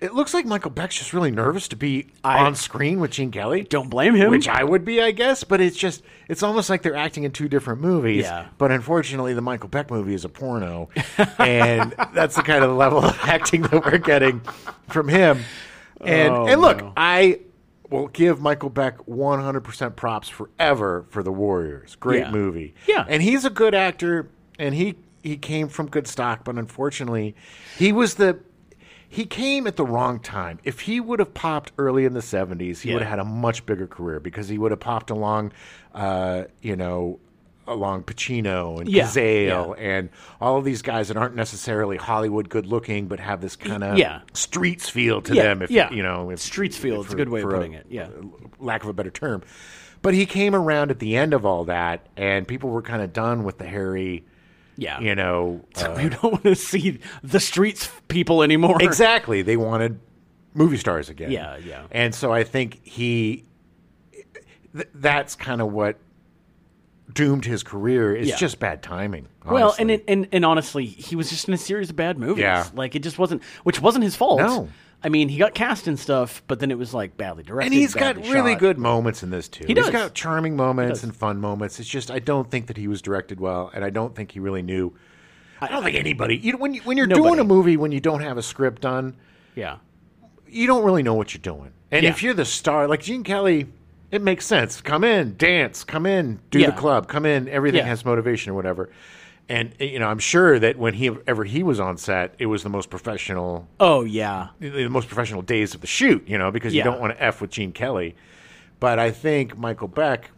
Speaker 1: It looks like Michael Beck's just really nervous to be
Speaker 2: I-
Speaker 1: on screen with Gene Kelly.
Speaker 2: Don't blame him.
Speaker 1: Which I would be, I guess, but it's just it's almost like they're acting in two different movies.
Speaker 2: Yeah.
Speaker 1: But unfortunately the Michael Beck movie is a porno. and that's the kind of level of acting that we're getting from him. And
Speaker 2: Oh,
Speaker 1: and look,
Speaker 2: no.
Speaker 1: I will give Michael Beck 100% props forever for The Warriors. Great
Speaker 2: Yeah.
Speaker 1: movie.
Speaker 2: Yeah.
Speaker 1: And he's a good actor and he he came from good stock, but unfortunately, he was the he came at the wrong time. If he would have popped early in the 70s, he
Speaker 2: Yeah.
Speaker 1: would have had a much bigger career because he would have popped along, uh, you know, along Pacino and
Speaker 2: Yeah,
Speaker 1: Gazale and all of these guys that aren't necessarily Hollywood good looking, but have this kind of
Speaker 2: Yeah.
Speaker 1: streets feel to
Speaker 2: Yeah,
Speaker 1: them. If
Speaker 2: yeah.
Speaker 1: you know, if,
Speaker 2: Streets feel, it's a
Speaker 1: for-
Speaker 2: good way of
Speaker 1: for
Speaker 2: putting it, yeah.
Speaker 1: lack of a better term. But he came around at the end of all that, and people were kind of done with the hairy,
Speaker 2: yeah.
Speaker 1: you know, uh,
Speaker 2: you don't want to see the streets people anymore.
Speaker 1: Exactly. They wanted movie stars again.
Speaker 2: Yeah, yeah.
Speaker 1: And so I think he th- that's kind of what doomed his career is
Speaker 2: Yeah.
Speaker 1: just bad timing.
Speaker 2: Well,
Speaker 1: honestly.
Speaker 2: and, it, and and honestly, he was just in a series of bad movies.
Speaker 1: Yeah.
Speaker 2: Like it just wasn't, which wasn't his fault.
Speaker 1: No.
Speaker 2: I mean, he got cast and stuff, but then it was like badly directed.
Speaker 1: and he's got
Speaker 2: badly
Speaker 1: really
Speaker 2: shot.
Speaker 1: good moments in this too.
Speaker 2: He does.
Speaker 1: He's got charming moments
Speaker 2: does.
Speaker 1: and fun moments. It's just I don't think that he was directed well, and I don't think he really knew. I don't think anybody. You, when you, when you're doing
Speaker 2: Nobody.
Speaker 1: a movie when you don't have a script done,
Speaker 2: Yeah.
Speaker 1: you don't really know what you're doing. And
Speaker 2: Yeah.
Speaker 1: if you're the star, like Gene Kelly, it makes sense. Come in, dance, come in, do
Speaker 2: Yeah.
Speaker 1: the club, come in. Everything
Speaker 2: Yeah.
Speaker 1: has motivation or whatever. And eh, you know, I'm sure that when he ever he was on set, it was the most professional,
Speaker 2: Oh yeah.
Speaker 1: the most professional days of the shoot. You know, because
Speaker 2: Yeah.
Speaker 1: you don't want to f with Gene Kelly. But I think Michael Beck,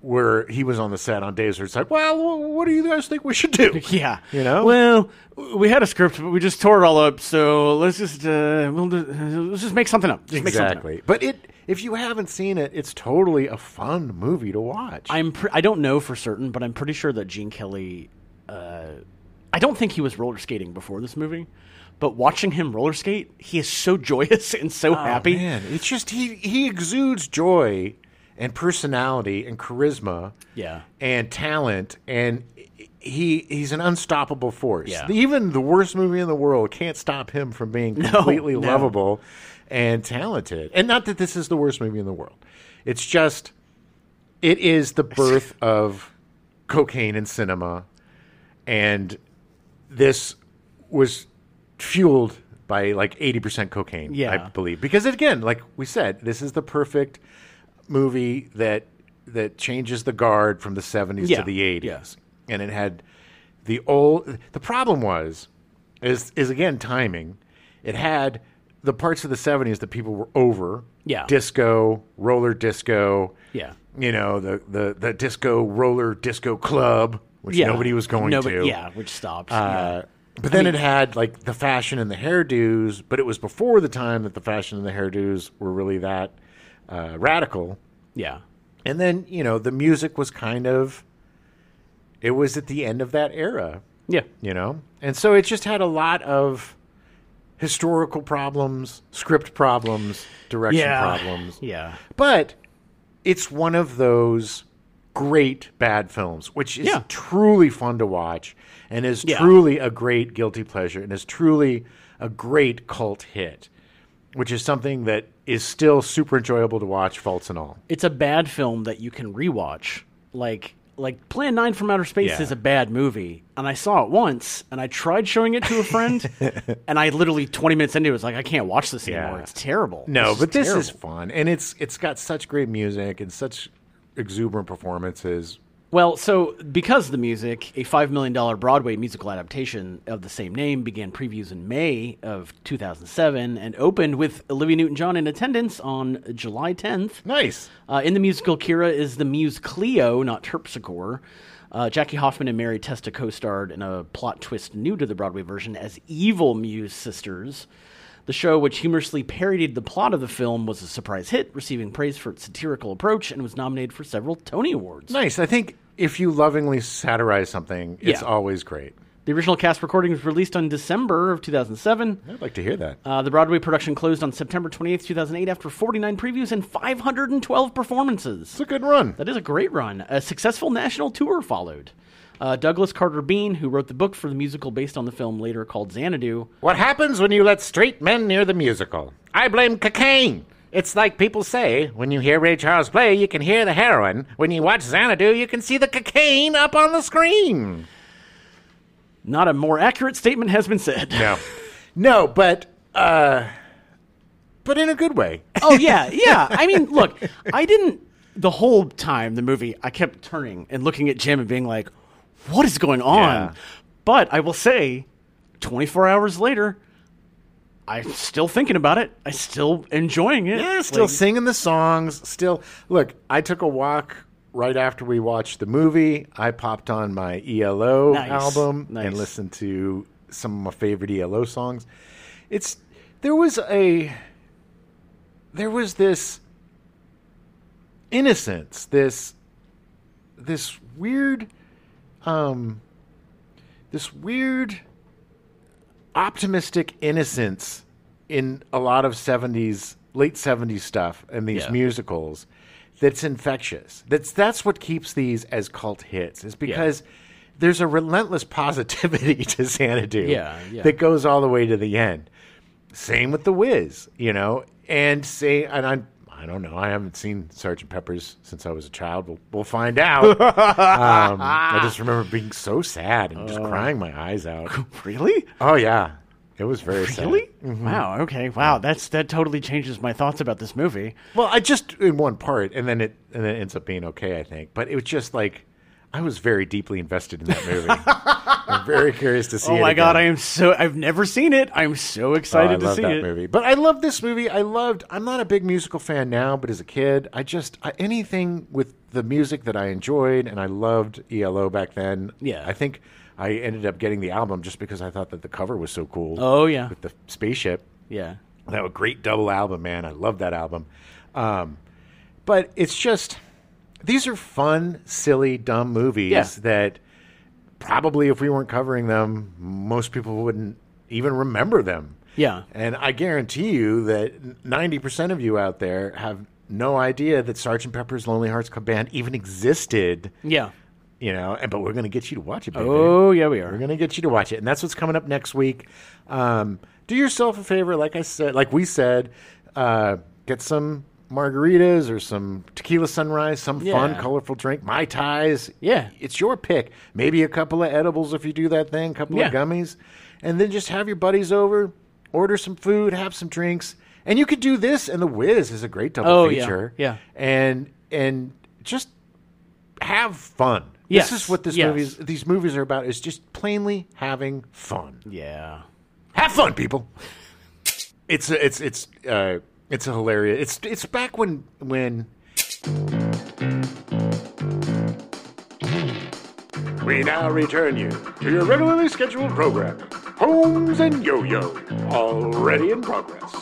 Speaker 1: where he was on the set on days where it's like, well, wh- what do you guys think we should do?
Speaker 2: Yeah.
Speaker 1: You know?
Speaker 2: Well, we had a script, but we just tore it all up. So let's just uh, we'll do, let's just make something up. Just make something up.
Speaker 1: Exactly. But it, if you haven't seen it, it's totally a fun movie to watch.
Speaker 2: I'm pre- I don't know for certain, but I'm pretty sure that Gene Kelly. Uh, I don't think he was roller skating before this movie, but watching him roller skate, he is so joyous and so happy.
Speaker 1: Oh, Man, it's just he he exudes joy and personality and charisma.
Speaker 2: Yeah.
Speaker 1: And talent and he he's an unstoppable force.
Speaker 2: Yeah.
Speaker 1: Even the worst movie in the world can't stop him from being completely
Speaker 2: no.
Speaker 1: lovable and talented. And not that this is the worst movie in the world. It's just it is the birth of cocaine in cinema and this was fueled by like 80% cocaine
Speaker 2: Yeah.
Speaker 1: i believe because again like we said this is the perfect movie that that changes the guard from the 70s
Speaker 2: Yeah.
Speaker 1: to the 80s
Speaker 2: Yeah.
Speaker 1: and it had the old the problem was is is again timing it had the parts of the 70s that people were over
Speaker 2: Yeah.
Speaker 1: disco roller disco
Speaker 2: Yeah.
Speaker 1: you know the the the disco roller disco club which nobody was going
Speaker 2: Nobody-
Speaker 1: to.
Speaker 2: Yeah, which stopped.
Speaker 1: Uh, but then it had like the fashion and the hairdos, but it was before the time that the fashion and the hairdos were really that uh, radical.
Speaker 2: yeah.
Speaker 1: And then, you know, the music was kind of, it was at the end of that era,
Speaker 2: Yeah.
Speaker 1: you know? And so it just had a lot of historical problems, script problems, direction
Speaker 2: Yeah.
Speaker 1: problems.
Speaker 2: Yeah.
Speaker 1: But it's one of those great bad films, which is
Speaker 2: Yeah.
Speaker 1: truly fun to watch and is
Speaker 2: Yeah.
Speaker 1: truly a great guilty pleasure and is truly a great cult hit, which is something that is still super enjoyable to watch, faults and all.
Speaker 2: It's a bad film that you can rewatch. Like like Plan 9 from Outer Space
Speaker 1: Yeah.
Speaker 2: is a bad movie, and I saw it once and I tried showing it to a friend and I literally 20 minutes into it was like I can't watch this anymore.
Speaker 1: Yeah.
Speaker 2: It's terrible.
Speaker 1: No,
Speaker 2: is
Speaker 1: but this is
Speaker 2: terrible.
Speaker 1: fun and it's it's got such great music and such exuberant performances.
Speaker 2: Well, so because of the music, a $5 million Broadway musical adaptation of the same name began previews in May of 2007 and opened with Olivia Newton John in attendance on July 10th.
Speaker 1: Nice.
Speaker 2: Uh, in the musical, Kira is the muse Cleo, not Terpsichore. Uh, Jackie Hoffman and Mary Testa co starred in a plot twist new to the Broadway version as evil muse sisters. The show, which humorously parodied the plot of the film, was a surprise hit, receiving praise for its satirical approach, and was nominated for several Tony Awards.
Speaker 1: Nice. I think if you lovingly satirize something, it's
Speaker 2: Yeah.
Speaker 1: always great.
Speaker 2: The original cast recording was released on December of 2007.
Speaker 1: I'd like to hear that.
Speaker 2: Uh, the Broadway production closed on September 28th, 2008, after 49 previews and 512 performances.
Speaker 1: It's a good run.
Speaker 2: That is a great run. A successful national tour followed. Uh, Douglas Carter Bean, who wrote the book for the musical based on the film later called Xanadu,
Speaker 3: What happens when you let straight men near the musical? I blame cocaine. It's like people say when you hear Ray Charles play, you can hear the heroin. When you watch Xanadu, you can see the cocaine up on the screen.
Speaker 2: not a more accurate statement has been said.
Speaker 1: No, no, but uh, but in a good way.
Speaker 2: oh yeah, yeah. I mean, look, I didn't the whole time the movie. I kept turning and looking at Jim and being like, "What is going on?"
Speaker 1: Yeah.
Speaker 2: But I will say, 24 hours later, I'm still thinking about it. I'm still enjoying it.
Speaker 1: Yeah, still
Speaker 2: Like,
Speaker 1: singing the songs. Still, look. I took a walk right after we watched the movie. I popped on my ELO
Speaker 2: Nice,
Speaker 1: album
Speaker 2: nice.
Speaker 1: and listened to some of my favorite ELO songs. It's there was a there was this innocence, this this weird um this weird optimistic innocence in a lot of 70s late 70s stuff and these
Speaker 2: Yeah.
Speaker 1: musicals that's infectious that's that's what keeps these as cult hits is because there's a relentless positivity to xanadu
Speaker 2: Yeah, yeah.
Speaker 1: that goes all the way to the end same with the Whiz, you know, and say, and I, I don't know, I haven't seen Sergeant Pepper's since I was a child. We'll, we'll find out. um,
Speaker 2: Ah.
Speaker 1: I just remember being so sad and
Speaker 2: Uh.
Speaker 1: just crying my eyes out.
Speaker 2: really?
Speaker 1: Oh yeah, it was very sad.
Speaker 2: Really? Wow. Okay. Wow. That's that totally changes my thoughts about this movie.
Speaker 1: Well, I just in one part, and then it and then it ends up being okay, I think. But it was just like I was very deeply invested in that movie. I'm very curious to see.
Speaker 2: Oh
Speaker 1: it
Speaker 2: my
Speaker 1: again.
Speaker 2: god! I am so. I've never seen it. I'm so excited
Speaker 1: Oh, I
Speaker 2: to
Speaker 1: love
Speaker 2: see
Speaker 1: that
Speaker 2: it.
Speaker 1: movie. But I love this movie. I loved. I'm not a big musical fan now, but as a kid, I just I, anything with the music that I enjoyed and I loved ELO back then.
Speaker 2: Yeah.
Speaker 1: I think I ended up getting the album just because I thought that the cover was so cool.
Speaker 2: Oh, yeah.
Speaker 1: with the spaceship.
Speaker 2: Yeah.
Speaker 1: That was a great double album, man. I love that album. Um, but it's just these are fun, silly, dumb movies
Speaker 2: Yeah.
Speaker 1: that probably if we weren't covering them, most people wouldn't even remember them.
Speaker 2: Yeah.
Speaker 1: And I guarantee you that 90% of you out there have no idea that Sgt. Pepper's Lonely Hearts Club Band even existed,
Speaker 2: Yeah.
Speaker 1: you know, and but we're going to get you to watch it, baby.
Speaker 2: Oh yeah, we are.
Speaker 1: We're going to get you to watch it. And that's what's coming up next week. Um, do yourself a favor, like I said, like we said, uh, get some margaritas or some tequila sunrise, some fun,
Speaker 2: Yeah.
Speaker 1: colorful drink, Mai Tais.
Speaker 2: Yeah.
Speaker 1: It's your pick. Maybe a couple of edibles if you do that thing, couple of
Speaker 2: Yeah.
Speaker 1: gummies. And then just have your buddies over, order some food, have some drinks. And you could do this, and the Whiz is a great double
Speaker 2: Oh, yeah.
Speaker 1: feature.
Speaker 2: Yeah.
Speaker 1: And and just have fun.
Speaker 2: Yes.
Speaker 1: This is what this
Speaker 2: Yes.
Speaker 1: movie is, these movies are about is just plainly having fun.
Speaker 2: Yeah.
Speaker 1: Have fun, people. It's a, it's it's uh, it's a hilarious. It's it's back when when We now return you to your regularly scheduled program, Holmes and Yo Yo, already in progress.